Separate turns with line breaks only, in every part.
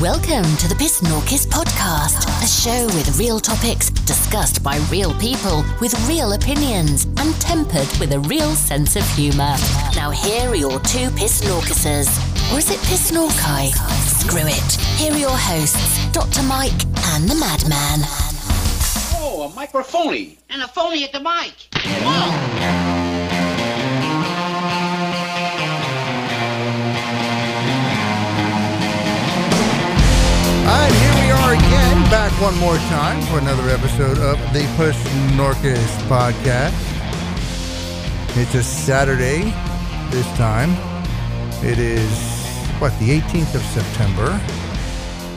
Welcome to the Piss Norkis podcast, a show with real topics discussed by real people with real opinions and tempered with a real sense of humour. Now, here are your two Piss Norkises. Or is it Piss Norkai? Screw it. Here are your hosts, Dr. Mike and the Madman.
Oh, a microphony.
and a phony at the mic.
All right, here we are again, back one more time for another episode of the Push Norcus podcast. It's a Saturday this time. It is, what, the 18th of September.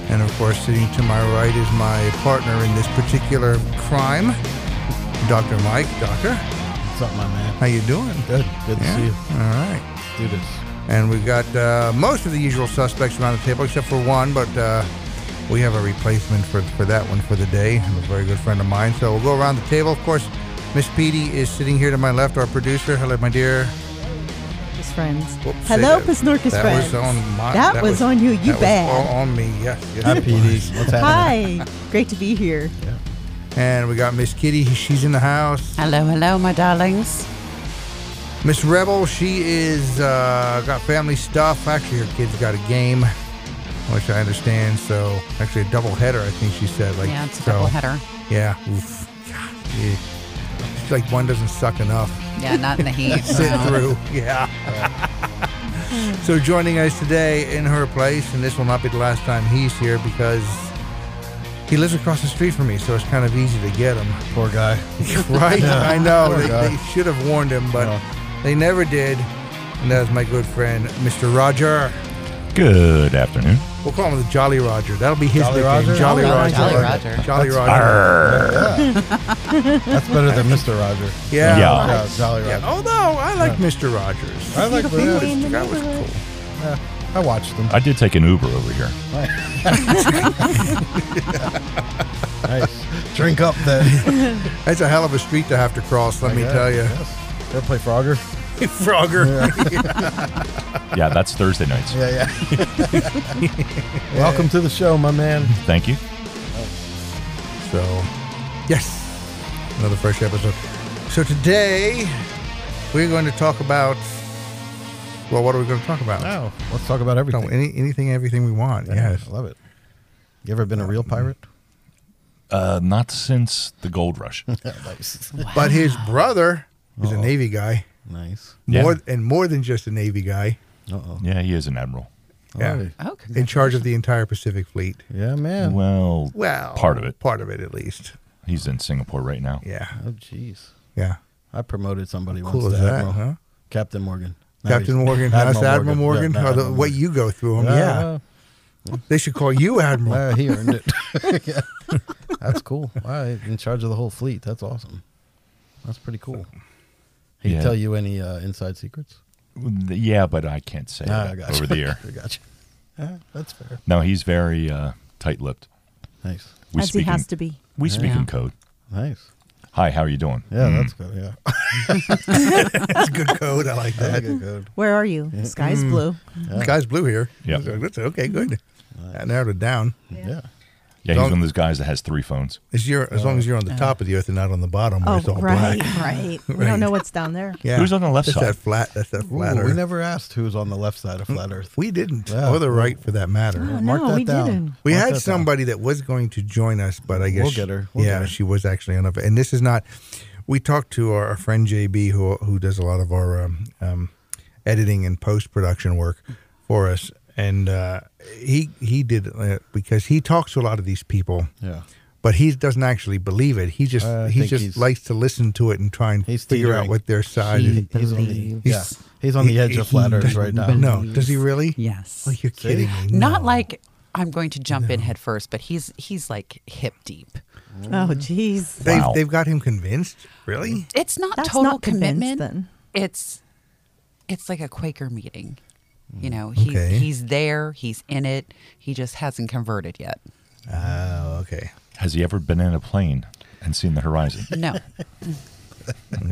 And of course, sitting to my right is my partner in this particular crime, Dr. Mike. Doctor,
What's up, my man?
how you doing?
Good. Good to
Yeah?
see you.
All right.
Let's do this.
And we've got uh, most of the usual suspects around the table, except for one, but uh, we have a replacement for, for that one for the day. I'm a very good friend of mine. So we'll go around the table. Of course, Miss Petey is sitting here to my left, our producer. Hello, my dear.
friends.
Whoops,
Hello,
say that-
Pisnorcus
that
friends.
Was on my,
That was on you, you
that was
bad.
all on me, yes. yes
Hi,
it
PD.
was.
What's happening?
Hi, great to be here.
And we got Miss Kitty. She's in the house.
Hello, hello, my darlings.
Miss Rebel, she is uh, got family stuff. Actually, her kid's got a game, which I understand. So, actually, a double header. I think she said. Like,
Yeah, it's a
so-
doubleheader.
Yeah. Oof. God, yeah. It's like one doesn't suck enough.
Yeah, not in the heat.
Sit through. Yeah. so joining us today in her place, and this will not be the last time he's here because he lives across the street from me, so it's kind of easy to get him.
Poor guy.
right? I know.
Poor
They,
guy.
they should have warned him, but
No.
they never did. And that is my good friend, Mr. Roger.
Good afternoon.
We'll call him the Jolly Roger. That'll be his
Jolly
nickname.
Roger? Oh,
Jolly,
Jolly
Roger.
Roger.
Jolly
That's-
Roger.
That's better than Mr. Roger.
Yeah.
Yeah.
Yeah, Jolly
Yeah,
Roger.
Although I like Mr. Rogers.
I like
He was-
that.
that was cool.
I watched them.
I did take an Uber over here.
Nice. Drink up then.
That's a hell of a street to have to cross. Let
I
me
guess.
tell you,
Yes. Go play Frogger.
Frogger.
Yeah, that's Thursday nights.
Yeah, yeah. Welcome to the show, my man.
Thank you.
So, yes, another fresh episode. So today we're going to talk about. Well, what are we going to talk about?
Let's talk about
No,
everything.
any, anything, everything we want. Yes.
I love it. You ever been a real pirate?
Uh, not since the gold rush.
nice.
But his brother is a Navy guy,
Nice.
Yeah.
more and more than just a Navy guy.
Uh oh.
Yeah, he is an admiral.
Yeah.
Oh,
In charge of the entire Pacific Fleet.
Yeah, man.
Well,
Well,
Part of it.
Part of it, at least.
he's in Singapore right now.
Yeah.
Oh, jeez.
Yeah.
I promoted somebody
Cool
once
as
to
that,
Admiral.
huh?
Captain Morgan. Now
Captain
he's-
Morgan, that's Admiral Morgan.
Yeah, now
Oh, the-
Admiral
what
Morgan.
you go through him,
Uh,
yeah. They should call you Admiral.
uh, he earned it. Yeah. That's cool. Wow, he's in charge of the whole fleet. That's awesome. That's pretty cool. He
Yeah.
tell you any uh, inside secrets?
Yeah, but I can't say
Ah,
that over the air.
I got you. Yeah, that's fair.
No, he's very uh, tight-lipped.
Nice.
We
As
speak
he has
in,
to be.
We speak
Yeah.
in code.
Nice.
Hi, how are you doing?
Yeah,
Mm.
that's good. Yeah.
That's a good code. I like
That's
that.
good. good.
Where are you?
Mm.
Sky's blue.
Guy's blue here.
Yeah.
That's okay. Good. I narrowed it down.
Yeah.
Yeah, he's
Don't-
one of those guys that has three phones.
As, you're, as long as you're on the top of the earth and not on the bottom, where
Oh,
it's all
right,
black.
right. We
Right.
don't know what's down there.
Yeah.
Who's on the left
that's
side?
That flat. That's that
Ooh,
flat
we
earth.
never asked who was on the left side of flat Earth.
We didn't,
Yeah.
or the right for that matter.
Oh,
Mark
no,
that
we
down.
didn't.
We
Mark
had
that down.
somebody that was going to join us, but I guess
We'll get her. We'll
yeah,
get her.
she was actually on. a- And this is not. We talked to our, our friend JB, who who does a lot of our um, um, editing and post production work for us, and uh, he he did it because he talks to a lot of these people.
Yeah. Uh,
But he doesn't actually believe it. He just
I
he
think
just
he's-
likes to listen to it and try and
He's
figure out
teetering.
what their side is.
He-
He's on the,
Believe.
yeah. He's on the edge of flat Earth right now.
No, does he really?
Yes.
Oh, you're kidding me.
Not
No.
like I'm going to jump in head first, but he's he's like hip deep.
Oh,
Mm.
jeez.
They've,
Wow.
they've got him convinced? Really?
It's not
That's
total
not convinced,
commitment.
then.
It's it's like a Quaker meeting. You know, he's
Mm. Okay.
he's there, he's in it. He just hasn't converted yet.
Oh, okay.
Has he ever been in a plane and seen the horizon?
No.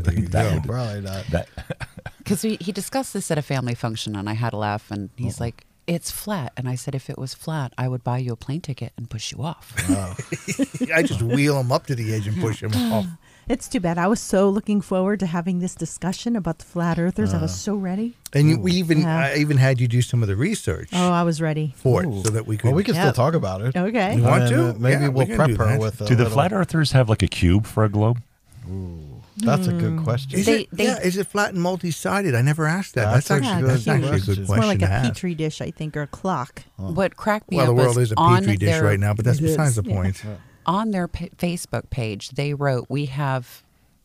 There you go.
Probably not.
that
Because he, he discussed this at a family function, and I had a laugh, and he's like, it's flat. And I said, if it was flat, I would buy you a plane ticket and push you off.
I just wheel him up to the edge and push him off.
It's too bad. I was so looking forward to having this discussion about the flat earthers. I was
Uh.
so ready.
And you, we even
Yeah.
I even had you do some of the research
Oh, I was ready.
for it so that we could.
Well, we can
Yeah.
still talk about it.
Okay.
You want
And, uh,
to?
Maybe
Yeah, we
we'll
can
prep
do
her
that.
with. A
Do the
little-
flat earthers have like a cube for a globe?
That's a good question.
Is
Mm. They-
it,
they-
yeah, is it flat and multi-sided? I never asked that. That's,
That's
a
actually
good
that's actually a
question.
good
It's
It's more
question
like
to
a
ask.
petri dish, I think, or a clock.
What cracked me
Well,
up
the world
was
is a
on
petri dish
their,
right now, but that's
It is,
besides the
yeah.
point.
on their pa Facebook page. They wrote, "We have."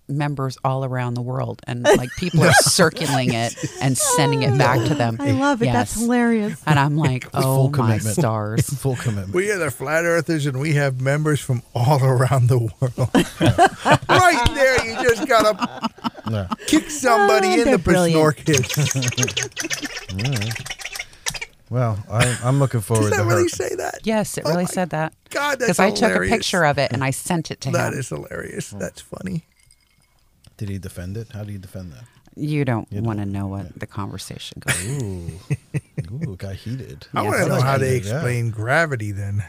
Members all around the world, and like people are circulating it and sending it back to them.
Eh,
I love it. That's
Yes.
hilarious.
And I'm like, oh
Full
my
commitment.
stars.
Full commitment.
We are the flat earthers, and we have members from all around the world. right there, you just gotta
Yeah.
kick somebody
Oh,
in
they're
the
brilliant.
persnorkis.
Well, I, I'm looking forward
Does
to
that
her.
really say that?
Yes, it
Oh
really
my
said that.
God, that's
Because I took a
hilarious.
picture of it and I sent it to
That
him.
is hilarious. That's funny.
Did he defend it? How do you defend that?
you don't want to know what the conversation goes.
Ooh, ooh, it got heated.
I
Yeah,
want to
that's
know how
like-
they
yeah.
explain gravity. Then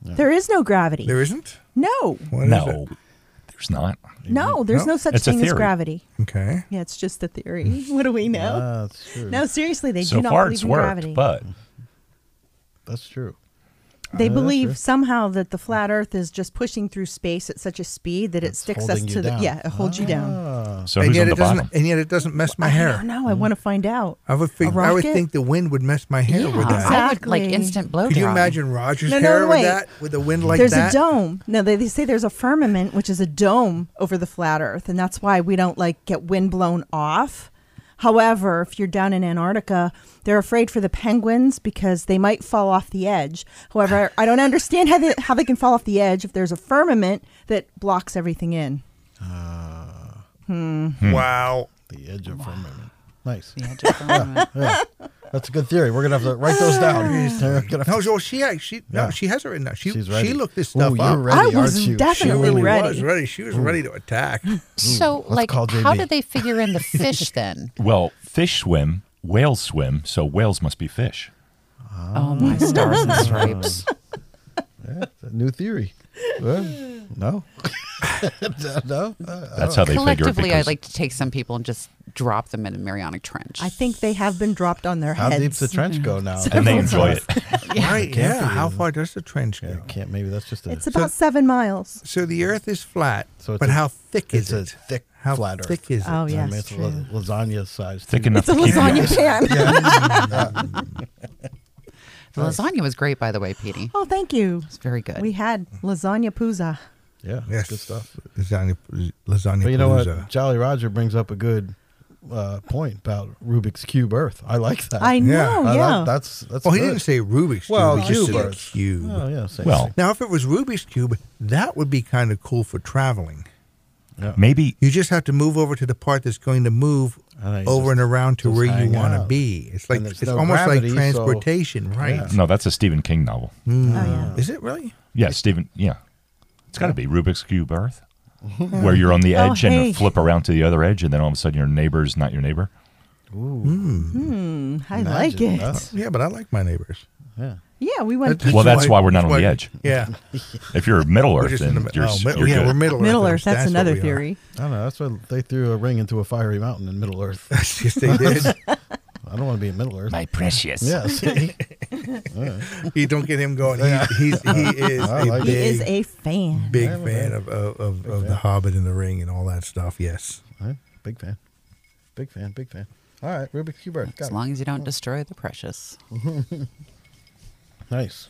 There is no gravity.
there isn't.
no.
What is
No, there's not.
No, there's
No.
no, such
It's a
thing as
theory.
gravity.
it? Okay.
Yeah, it's just a theory. What do we know?
Ah, that's true.
no, seriously, they
so
do not
far,
believe
it's
in
worked,
gravity.
but
that's true.
they
know, that's true.
believe somehow that the flat Earth is just pushing through space at such a speed that it
It's
sticks us
holding you
to the
down.
yeah, it holds you down.
so
and
who's
yet it
on the
doesn't.
bottom?
And yet it doesn't mess my
I
hair.
don't know. I want to find out.
I would fig-
A
I would
rocket?
think the wind would mess my hair with that.
I would like
Exactly.
instant blow
Could you
dry.
imagine Roger's
No, no,
hair with
wait.
that, with the wind like
there's
that?
a dome. No, they, they say there's a firmament, which is a dome over the flat Earth, and that's why we don't like get wind blown off. However, if you're down in Antarctica, they're afraid for the penguins because they might fall off the edge. However, I don't understand how they, how they can fall off the edge if there's a firmament that blocks everything in.
Hmm.
Wow.
Uh, The edge of firmament. Nice. Ah,
Yeah, just a moment.
Yeah. That's a good theory. We're gonna have to write those down. We're gonna have
No,
to-
so she act- she no,
Yeah.
she has it written down. She
She's ready.
she looked this stuff
Ooh, you're
up.
ready,
I
aren't
was
you?
definitely
Sure.
ready.
She was ready. She was ready to attack.
so,
let's
like,
call
how
JB.
do they figure in the fish then?
Well, fish swim, whales swim, so whales must be fish.
Oh, my stars and stripes.
Yeah, it's a new theory. Well, no. no. Uh,
That's how they figure it.
Collectively,
Because
I'd like to take some people and just drop them in the Mariana Trench.
I think they have been dropped on their
how
heads.
deep's the trench go now?
and they enjoy it.
right? Yeah.
be,
How
isn't
far does the trench go?
Yeah, can't. Maybe that's just a.
It's about seven miles.
So the Earth is flat,
So it's
but
a-
how thick
it's
is
a
it?
thick
how
flat Earth.
thick is it?
Oh,
I
yeah.
mean,
it's
it's la-
true.
lasagna size.
Thick
too.
It's
enough
a
to keep you
lasagna
guys-
pan.
the lasagna was great, by the way, Petey.
Oh, thank you.
It's very good.
We had lasagna pooza.
Yeah,
Yes. uh,
good stuff.
Lasagna. Lasagna.
But you know
palooza.
what? Jolly Roger brings up a good uh, point about Rubik's cube Earth. I like that.
I know,
Yeah.
Uh,
yeah.
that- that's that's.
Well, Oh, he
good.
didn't say Rubik's cube.
Well,
he just
cube
said
Earth.
cube.
Oh yeah. Same
Well,
Now, if it was Rubik's cube, that would be kind of cool for traveling.
Maybe
You just have to move over to the part that's going to move
I know, you
over
just-
and around to
just
where you
hang
want to
out.
be. It's like
And there's
it's
no
almost
gravity,
like
so- Oh,
transportation, right?
no. That's a Stephen King novel.
Is it really?
Yeah, Stephen. Yeah, it's got to be Rubik's cube Earth, where you're on the edge and
Oh, hey.
flip around to the other edge, and then all of a sudden your neighbor's not your neighbor.
I
Imagine
like it.
that.
Yeah, but I like my neighbors.
Yeah.
Yeah, we went to
Well, that's why we're not on the edge.
Yeah,
If you're Middle
we're
Earth,
just in the
then
mi-
you're,
oh,
s-
mi-
you're
yeah,
good.
we're Middle Earth.
Middle Earth. That's,
what
another
we are.
theory.
I don't know. That's why they threw a ring into a fiery mountain in Middle Earth.
yes, they did.
I don't want to be in Middle Earth.
My precious.
Yeah. See?
you don't get him going. He's, he's, he is
I
a
like it.
big,
He is a fan.
big
I am a
fan
fan.
of, of, of, of The Hobbit and the Ring and all that stuff. Yes.
All right. Big fan. Big fan. Big fan. All right. Rubik's cube Earth. Got
as
it.
long as you don't destroy the precious.
Nice.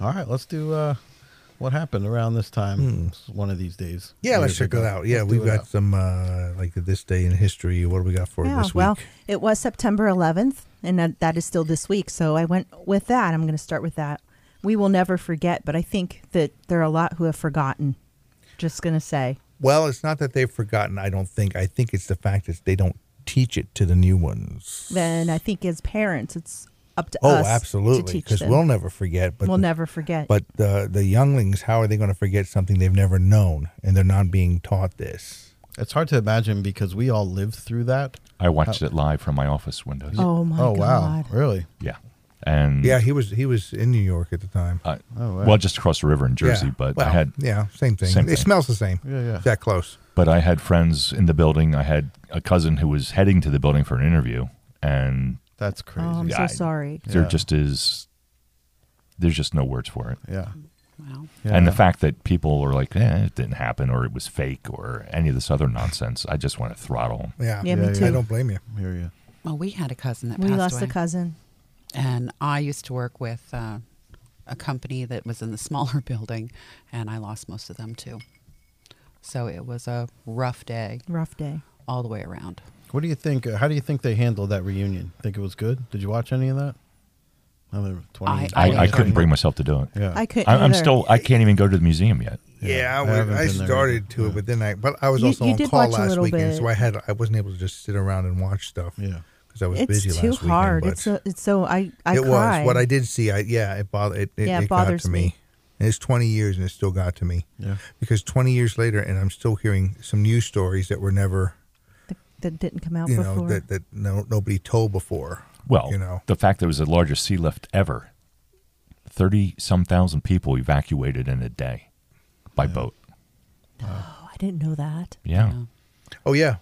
All right, let's do uh, what happened around this time. s- One of these days.
Hmm. Yeah, let's
Years
check
ago.
it out. Yeah,
Let's
we've
do it
got
out.
some uh, like this day in history. What do we got for
Yeah,
this week?
well, it was September 11th, and that, that is still this week. So I went with that. I'm going to start with that. We will never forget, but I think that there are a lot who have forgotten. Just going to say.
Well, it's not that they've forgotten. I don't think. I think it's the fact that they don't teach it to the new ones.
Then I think as parents, it's up to
oh,
us to
absolutely,
teach
because
them.
we'll never forget. But
We'll
the-
never forget.
But the the younglings, how are they going to forget something they've never known, and they're not being taught this?
It's hard to imagine because we all lived through that.
Uh,
I watched it live from my office windows.
oh, my
oh
God.
wow, really?
Yeah. and
Yeah, he was he was in New York at the time.
I-
Oh, wow.
well, just across the river in Jersey.
Yeah.
But
Well,
I had
yeah, same thing.
same
it
thing.
smells the same.
Yeah, yeah.
It's that close.
but I had friends in the building. I had a cousin who was heading to the building for an interview, and
That's
Oh,
crazy.
I'm
Yeah,
so
I-
sorry.
there
Yeah.
just is there's just no words for it.
yeah.
Wow.
yeah.
And the fact that people are like, eh, it didn't happen, or it was fake, or any of this other nonsense, I just want to throttle.
Yeah,
Yeah,
me
I
too.
don't blame you.
Hear you.
Well, we had a cousin that
We
passed
lost
away.
a cousin.
and I used to work with uh, a company that was in the smaller building, and I lost most of them too. So it was a rough day
Rough day.
all the way around.
What do you think? uh, How do you think they handled that reunion? Think it was good? Did you watch any of that? Another twenty.
I
I, I,
agree.
couldn't bring myself to do it.
Yeah.
I couldn't.
I, I'm
either.
still, I can't even go to the museum yet.
Yeah,
Yeah, I
I,
haven't
I
been there
started
either.
to
Yeah.
it, but then I but I was
You-
also
you
on
did
call
watch a
last
little
weekend,
bit.
so I had I wasn't able to just sit around and watch stuff.
Yeah.
because I was
It's
busy
too
last weekend.
hard.
but
it's so. It's so. I. I
it
cried.
was what I did see. I yeah, it bothered. It, it,
Yeah, it
it got
bothers
to me.
me.
And it's 20 years, and it still got to me.
Yeah.
because 20 years later, and I'm still hearing some news stories that were never,
that, that didn't come out
you
before.
know, that that no, nobody told before.
Well,
you know,
the fact that it was the largest sea lift ever, 30 some thousand people evacuated in a day by boat.
oh, I didn't know that.
Yeah.
oh yeah,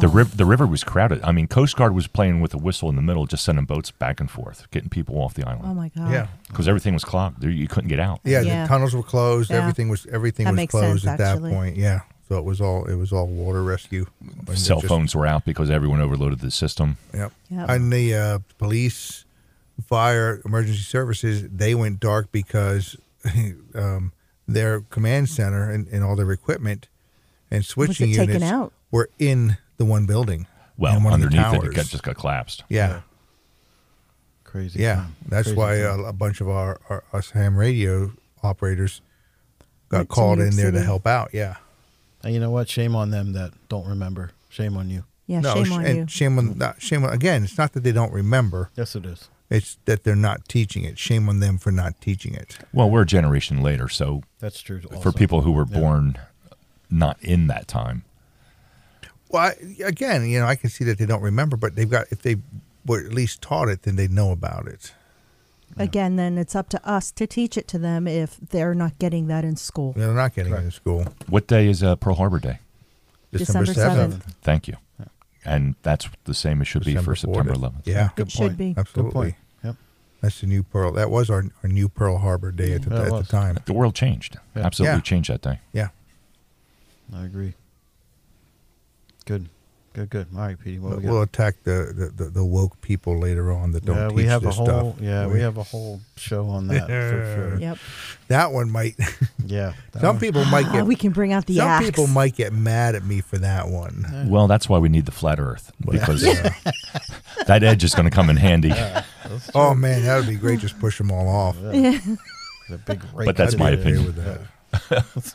The, riv- the river was crowded. I mean, Coast Guard was playing with a whistle in the middle, just sending boats back and forth, getting people off the
Oh
island
my god.
yeah,
because everything was clogged. There, you couldn't get out.
yeah.
Yeah.
The tunnels were closed.
Yeah.
Everything was everything
That
was
makes
closed
sense,
at
actually.
that point. Yeah, so it was all it was all water rescue. And it
Cell
just-
phones were out because everyone overloaded the system.
Yep.
Yep.
And the uh, police, fire, emergency services, they went dark because um, their command center and, and all their equipment and switching
taken
units
out?
were in the one building.
Well,
in one of the
underneath it, it
towers.
got, just got collapsed.
yeah,
Crazy.
yeah.
time.
That's
Crazy
why
time.
a, a bunch of our, our us ham radio operators got
Went to
called
New
in
York
there to
City.
help out. Yeah.
and you know what? Shame on them that don't remember. Shame on you.
Yeah.
no,
shame
sh-
on
and
you.
shame on not shame on again. It's not that they don't remember;
Yes, it is.
it's that they're not teaching it. Shame on them for not teaching it.
Well, we're a generation later, so
That's true.
for
also.
people who were
Yeah.
born not in that time,
Well, I, again, you know, I can see that they don't remember, but they've got if they were at least taught it, then they know about it.
Again, then it's up to us to teach it to them if they're not getting that in school.
They're not getting it in school.
what day is uh, Pearl Harbor Day?
December
December
seventh,
Thank you. And that's the same as should be for September 11th.
Yeah,
Good
it should
point.
be.
Good
absolutely.
point. Yep.
That's the new Pearl. That was our, our new Pearl Harbor Day at the,
Yeah, it
at the
was.
time.
The world changed.
Yeah.
Absolutely
Yeah.
changed that day.
Yeah.
I agree. Good. Good. Good. All right, Petey. What
But
we got?
we'll attack the, the, the, the woke people later on that don't
yeah,
teach
we have a
this
whole.
stuff.
Yeah, we, have a whole show on that for sure.
Yep.
that one might.
Yeah. that
some
one-
people might
Ah,
get.
we can bring out the
some
axe.
people might get mad at me for that one.
Well, that's why we need the flat earth because uh, that edge is going to come in handy.
Oh man, that would be great. Just push them all off.
The big rake
But that's
under
my
there.
opinion.
With that.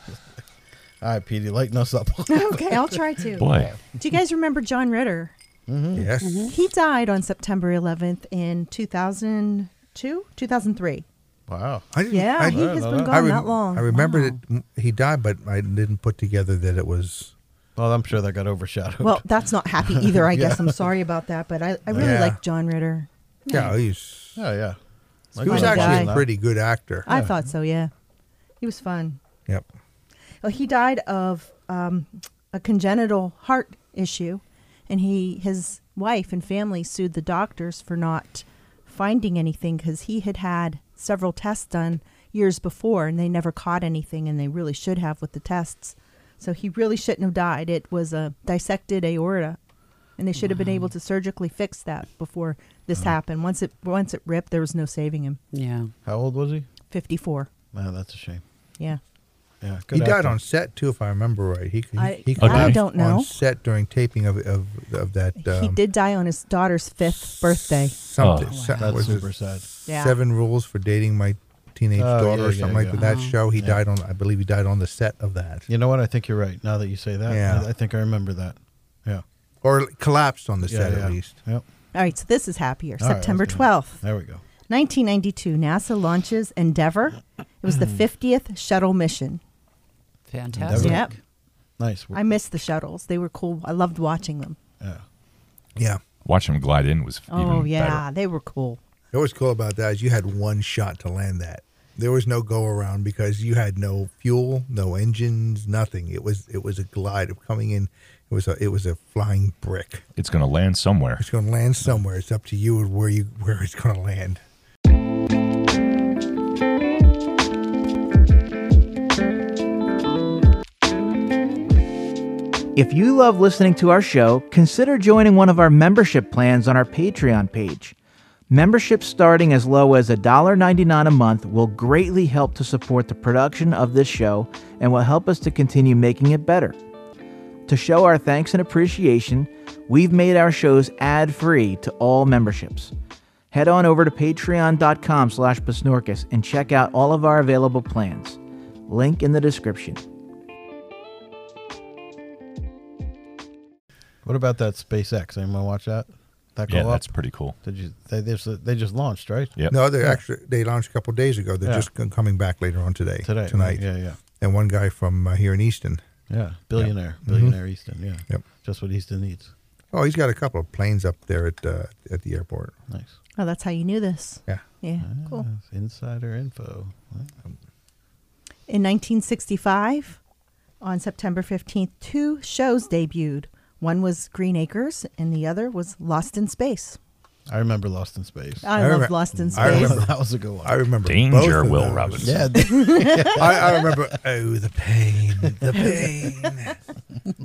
All right, Petey, lighten us up.
okay, I'll try to.
Boy,
Do you guys remember John Ritter? Mm-hmm.
Yes.
He died on September 11th in 2002, 2003.
wow.
I didn't,
Yeah,
I,
he has
no,
been
no.
gone
rem-
that long.
I remember that he died, but I didn't put together that it was.
Well, I'm sure that got overshadowed.
Well, that's not happy either. I guess I'm sorry about that, but I, I really
Yeah.
like John Ritter.
Yeah, he's,
yeah, Oh, yeah.
he was
fun
actually
guy.
a pretty good actor.
I thought so. Yeah, he was fun.
yep.
Well, he died of um, a congenital heart issue, and he his wife and family sued the doctors for not finding anything because he had had several tests done years before, and they never caught anything, and they really should have with the tests. So he really shouldn't have died. It was a dissected aorta, and they should have been able to surgically fix that before this happened. Once it once it ripped, there was no saving him.
Yeah.
How old was he?
Fifty four.
Man, that's a shame.
Yeah.
Yeah.
he died
actor.
on set too, if I remember right. He he,
I-
he
I
crashed
don't know.
on set during taping of of, of that. Um,
he did die on his daughter's fifth birthday.
Something.
Oh,
so-
That's
was it
super sad.
Yeah.
Seven rules for dating my teenage
Oh,
daughter
yeah,
or
yeah,
something like
yeah.
that. That show he died on. I believe he died on the set of that,
You know what? I think you're right. Now that you say that,
Yeah.
I, I think I remember that. Yeah.
or collapsed on the
yeah
set
yeah.
at least.
Yep.
All right, so this is happier.
All right, I was
September
gonna-
12th,
There we go.
1992, NASA launches Endeavour. It was the 50th shuttle mission.
Fantastic.
Yep.
Nice. work.
I miss the shuttles. They were cool. I loved watching them.
yeah.
Yeah.
watching him glide in was even
Oh, yeah.
better.
They were cool.
What was cool about that is you had one shot to land that. There was no go around because you had no fuel, no engines, nothing. It was it was a glide of coming in. It was a it was a flying brick.
It's going to land somewhere.
It's going to land somewhere. It's up to you where you where it's going to land.
If you love listening to our show, consider joining one of our membership plans on our Patreon page. Memberships starting as low as $1.99 a month will greatly help to support the production of this show and will help us to continue making it better. To show our thanks and appreciation, we've made our shows ad-free to all memberships. Head on over to patreon.com slash Besnorkus and check out all of our available plans. Link in the description.
What about that SpaceX? Anyone watch that? That go
Yeah,
up?
that's pretty cool.
Did you? They they just, they just launched right
Yep.
No, they actually they launched a couple of days ago. They're
Yeah.
just c- coming back later on today,
today.
tonight.
Yeah, yeah,
And one guy from uh, here in Easton.
yeah. Billionaire, billionaire Easton. Yeah.
Mm-hmm. Yep.
Just what Easton needs.
Oh, he's got a couple of planes up there at uh, at the airport.
Nice.
Oh, that's how you knew this.
Yeah.
Yeah, cool.
Yes, insider info.
In 1965, on September 15th, two shows debuted. One was Green Acres, and the other was Lost in Space.
I remember Lost in Space.
I,
I
love
remem-
Lost in Space.
I remember-
that was a good one.
I remember both
Danger,
of
Will
those.
Robinson.
yeah. th-
I, I remember. Oh, the pain, the pain.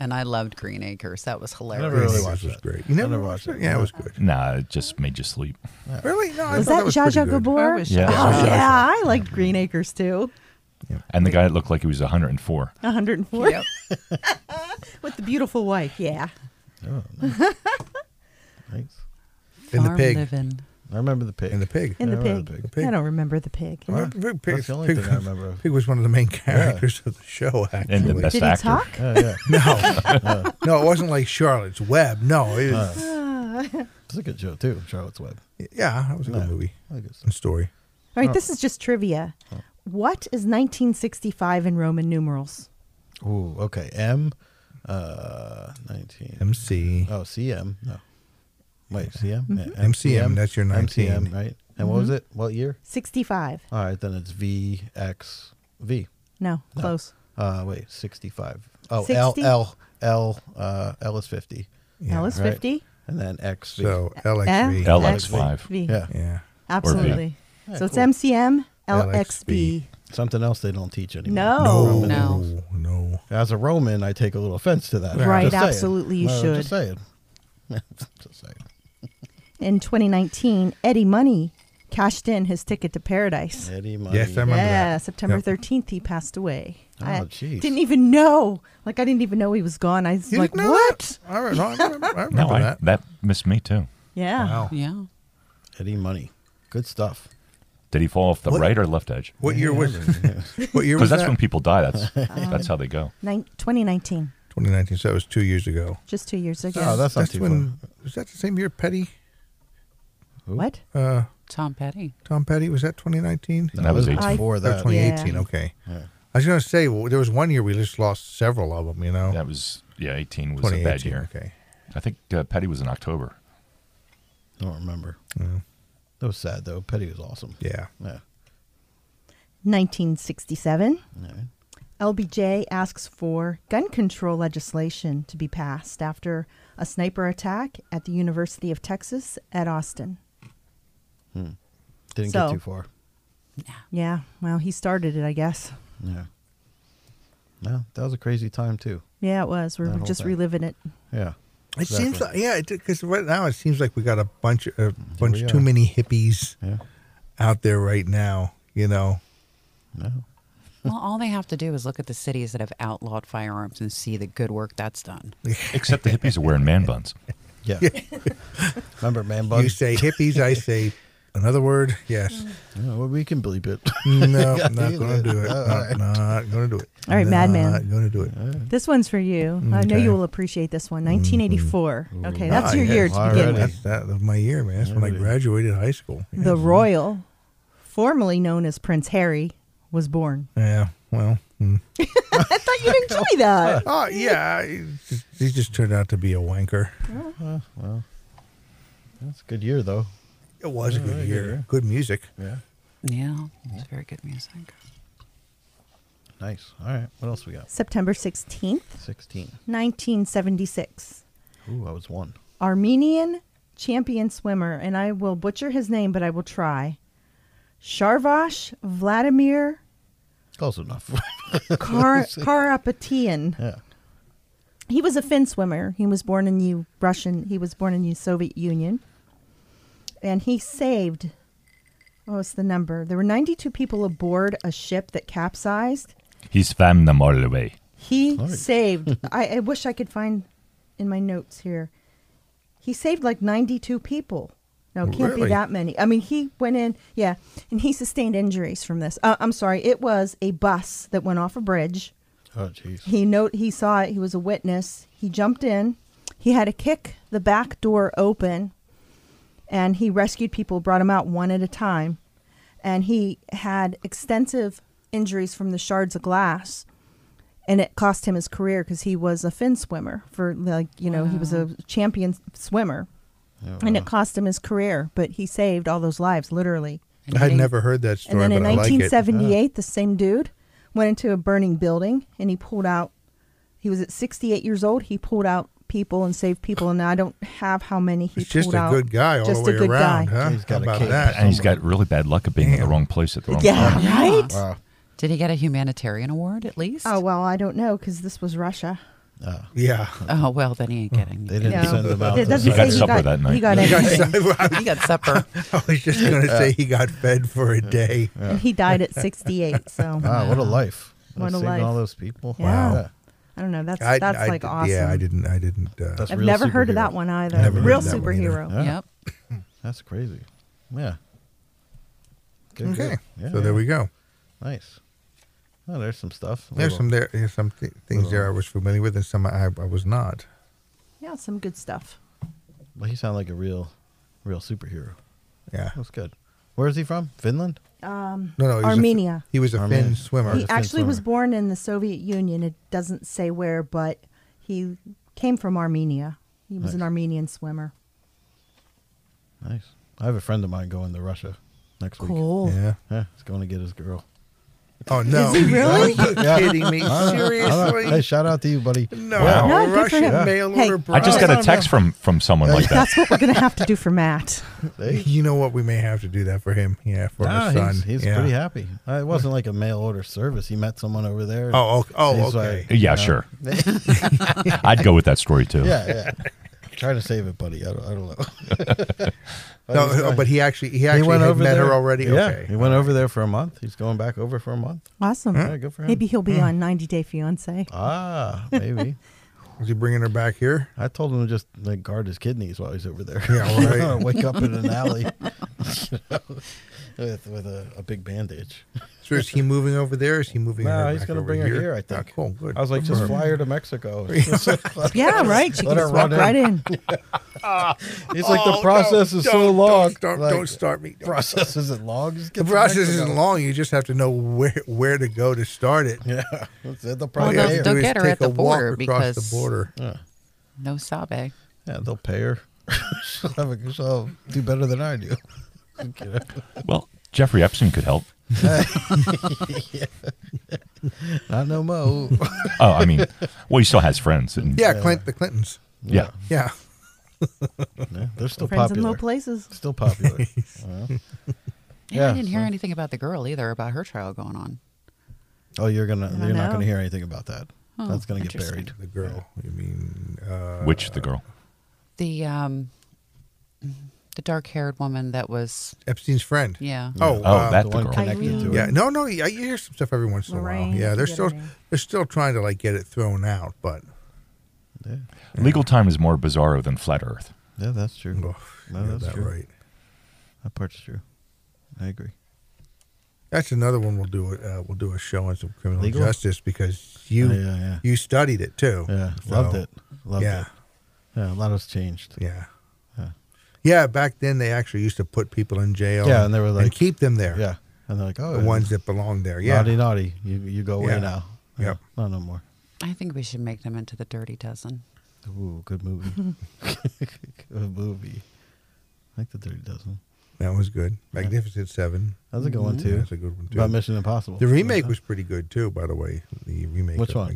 And I loved Green Acres. That was hilarious.
never really
This
watched
was
that.
great. You never,
never
watched
watched
it?
it.
Yeah, it was good.
Nah, it just made you sleep.
Really? No, I
was
thought
that Zsa
pretty
Zsa
good.
Gabor?
was
Yeah.
Oh,
Zsa
yeah.
Zsa.
I liked Green Acres too.
And the guy that looked like he was 104.
104
Yep.
with the beautiful wife. Yeah.
Oh, nice.
And the
Farm
pig.
living.
I remember the pig.
And the pig.
I
And the
remember
pig.
the pig.
The pig.
I don't remember the pig.
Well, pig,
That's the only
pig-
thing I remember. of-
pig was one of the main characters of the show, actually.
And the best
Did he
actor.
talk?
Yeah, yeah.
No, no, it wasn't like Charlotte's Web. No, it was,
It's a good show too. Charlotte's Web.
yeah, that was a good movie
I think it's
and story.
All
Oh.
right, this is just trivia. What is 1965 in Roman numerals?
Ooh, okay. M, uh, nineteen.
MC.
Oh, CM. No, wait, CM.
Mm-hmm.
Yeah,
MCM, that's your Mm-hmm. 19.
MCM, right? And what was it? What year?
65.
All right, then it's VXV.
No, close.
Uh, wait, sixty-five. Oh,
60?
L L L. Uh, L is fifty,
Yeah,
L is
right.
50.
and then XV.
So
Eh?
LXV.
LX5.
V.
yeah,
yeah.
Absolutely. So it's MCM, LXB.
LXB.
something else they don't teach anymore. Oh,
No.
No.
Oh, no.
As a Roman, I take a little offense to that.
Right,
Just saying.
absolutely you
No,
should.
Just saying. just saying.
In 2019, Eddie Money cashed in his ticket to paradise.
Eddie Money.
Yes, I remember
Yeah,
that.
September
Yep.
13th, he passed away.
Oh,
I
jeez.
didn't even know. Like, I didn't even know he was gone. I was
You
like,
didn't know
what?
that? I don't know. I remember, I remember
No, I,
that.
that. missed me too.
Yeah.
Wow.
Yeah.
Eddie Money. Good stuff.
Did he fall off the
What-
right or left edge?
What year was What year
Because
was
that's
that?
when people die. That's
Oh.
that's how they go.
Nin- 2019,
2019. So it was two years ago.
just two years ago.
Oh, that's not
That's
too
when was that the same year Petty?
what?
Uh,
Tom Petty.
Tom Petty was that 2019?
far.
That was
it
eighteen.
before
That
that.
was 2018. Okay. I was gonna say well, there was one year we just lost several of them. You know,
That was yeah, eighteen was a bad
2018,
year.
Okay.
I think uh, Petty was in October.
I don't remember.
Yeah.
That was sad though. Petty was awesome.
Yeah.
Yeah.
1967.
Yeah.
LBJ asks for gun control legislation to be passed after a sniper attack at the University of Texas at Austin.
Didn't
So-
get too far.
Yeah, well, he started it, I guess.
Yeah. No, that was a crazy time too.
Yeah, it was. We're
That whole
just
thing.
reliving it.
Yeah.
It seems like
Exactly.
yeah, because right now it seems like we got a bunch a bunch
we
too
are.
many hippies
Yeah.
out there right now. You know.
No.
Well, all they have to do is look at the cities that have outlawed firearms and see the good work that's done.
Except the hippies are wearing man buns.
Yeah. Remember man
You
buns?
say hippies, I say another word. Yes.
Yeah, well, we can bleep it.
No, not
you
going to
did.
do it.
All
Not, not going to do it.
All right,
not
Madman.
Going to do it.
This one's for you. I know
Okay.
you will appreciate this one. 1984. Okay, that's
Ah,
your
yes.
year to
All
begin
right.
That's
with.
that was my year, man. That's when I
Alrighty.
graduated high school. Yeah.
The royal, formerly known as Prince Harry, was born.
yeah. Well. mm.
I thought you didn't enjoy that.
Oh yeah, he just, he just turned out to be a wanker.
well, That's a good year, though.
It was a good year. Good music.
Yeah.
Yeah, it's very good music.
Nice. All right. What else we got?
September 16th,
16.
1976.
Ooh, I was one.
Armenian champion swimmer, and I will butcher his name, but I will try. Sharvash Vladimir
Close enough.
Kar- Karapetian.
yeah.
He was a Finn swimmer. He was born in the Russian. He was born in the Soviet Union, and he saved. What was the number? There were 92 people aboard a ship that capsized.
He swam them all away.
He
Nice.
saved. I, I wish I could find in my notes here. He saved like 92 people. No, it can't
Really?
be that many. I mean, he went in, yeah, and he sustained injuries from this. Uh, I'm sorry, it was a bus that went off a bridge.
Oh, jeez.
He note he saw it. He was a witness. He jumped in. He had to kick the back door open, and he rescued people, brought them out one at a time, and he had extensive injuries from the shards of glass, and it cost him his career because he was a fin swimmer for like you know he was a champion swimmer, and it cost him his career. But he saved all those lives literally.
And
I'd
then-
never heard that
And
story,
then in
but I like it.
1978, the same dude went into a burning building and he pulled out. He was at 68 years old. He pulled out people and saved people. And I don't have how many he
He's just
pulled
a
out.
good guy all
just
the way
a good
around,
guy.
huh?
He's
How
got a
about
cape.
that?
And he's got really bad luck of being at the
Damn.
wrong place at the wrong
Yeah,
time.
right.
Uh,
Wow.
Did he get a humanitarian award at least?
Oh well, I don't know because this was Russia.
Yeah.
Oh, well, then he ain't getting.
They didn't
No.
send them out.
It
to
doesn't
He got
say
Siberia.
he
supper
got,
that night.
He got
He got
anything.
he got supper.
I was just going to say he got fed for a day.
and he died at 68. So
Wow, what a life.
What a
Saving
life.
all those people.
Yeah.
Yeah.
I don't know. That's
I,
that's
I
like
did-
awesome.
Yeah, I didn't. I didn't. Uh,
That's
I've
real
never heard
superhero.
of that one either.
Never heard
Real
of that one either.
superhero.
Yeah.
Yep.
That's crazy. Yeah. Good,
okay.
good. Yeah,
so there we go.
Nice. Oh, there's some stuff.
There's
Little-
some there. There's some th- things there I was familiar with, and some I, I was not.
Yeah, some good stuff.
Well, he sounded like a real, real superhero.
Yeah.
That's good. Where is he from? Finland?
No, no. He was a Fin-
Armenia.
he was a
Armenia.
Finn swimmer.
He
Defense
actually was
swimmer.
born in the Soviet Union. It doesn't say where, but he came from Armenia. He was an
Nice.
Armenian swimmer.
Nice. I have a friend of mine going to Russia next week.
Cool.
yeah.
Yeah, he's going to get his girl.
Oh no!
he really?
Are you kidding me?
All right. Hey,
Seriously?
shout out to you, buddy.
No.
Wow.
No, good for
Russian
him.
mail
Hey.
order.
I just got
bride.
a text from from someone like that.
That's what we're going to have to do for Matt.
Hey.
You know what? We may have to do that for him. Yeah, for
Nah,
his son.
he's, he's
Yeah.
pretty happy. Uh, it wasn't like a mail order service. He met someone over there.
Oh, okay. oh,
He's
okay.
like-
Yeah, sure. I'd go with that story too.
Yeah, yeah. Trying to save it, buddy. I don't, I don't know.
no, oh, but he actually he actually had met her already.
Yeah,
okay.
he went over there for a month. He's going back over for a month.
Awesome.
Yeah, good for him.
Maybe he'll be on 90 Day Fiance.
Ah, maybe.
Was he bringing her back here?
I told him to just like guard his kidneys while he's over there.
Yeah, right.
Wake up in an alley you know, with with a, a big bandage.
So is he moving over there? Is he moving?
No,
her
he's
back
gonna
over
bring her here. I think.
Ah, cool. Good.
I was like,
Good
just
for Oh, him.
fly her to Mexico.
Yeah, right. She
Let
can
her
just walk
run in.
right in.
He's like, the
Oh,
process
no,
is
don't-
so long.
Don't start,
Like,
don't start me.
The process isn't long. Just get
The
to
process
Mexico.
isn't long. You just have to know where where to go to start it.
Yeah, that's it. They'll
All
probably
you have
pay
to
her.
Don't
do is
get her at
take a
the
walk
border
across
because-
the border.
No sabe.
Yeah, they'll pay her. she'll, have a, she'll do better than I do.
Well, Jeffrey Epstein could help.
Not no mo.
Oh, I mean, well, he still has friends. And,
Yeah, Clint the Clintons.
yeah.
Yeah,
Yeah, they're still
Friends in
popular.
low places.
Still popular.
Yeah,
Yeah,
I didn't hear
so-
anything about the girl either about her trial going on.
oh, you're gonna
I
you're not
know.
gonna hear anything about that.
Oh,
That's gonna get
interesting.
buried.
the girl. You mean uh,
Which the girl?
The um, the dark-haired woman that was
Epstein's friend?
yeah.
Oh,
Oh,
uh,
that
the
the
one
girl.
connected to
Yeah,
it.
no, no. I hear some stuff every once in a
Lorraine,
while. Yeah, they're
forget her
still
name.
they're still trying to like get it thrown out, but
Yeah,
Legal time is more bizarro than flat Earth.
yeah that's true.
oh,
no,
yeah,
that's
that
true.
right.
That part's true. I agree.
That's another one we'll do. Uh, we'll do a show on some criminal
Legal?
justice because you
Oh, yeah, yeah.
you studied it too.
Yeah,
So,
loved it. Loved
yeah,
it. Yeah, a lot has changed.
yeah,
Yeah.
yeah. Back then, they actually used to put people in jail.
Yeah, and they were like-
keep them there.
Yeah, and they're like, oh,
the ones that belong there. Yeah,
naughty, naughty. You you go away
Yeah.
now.
Yep.
no, no more.
I think we should make them into the Dirty Dozen.
Ooh, good movie. good movie. like the Dirty Dozen.
That was good. Magnificent Seven.
That's a good one too.
Mm-hmm. That's a good one too.
About Mission Impossible.
The remake was pretty good too, by the way. The remake.
Which
of
one?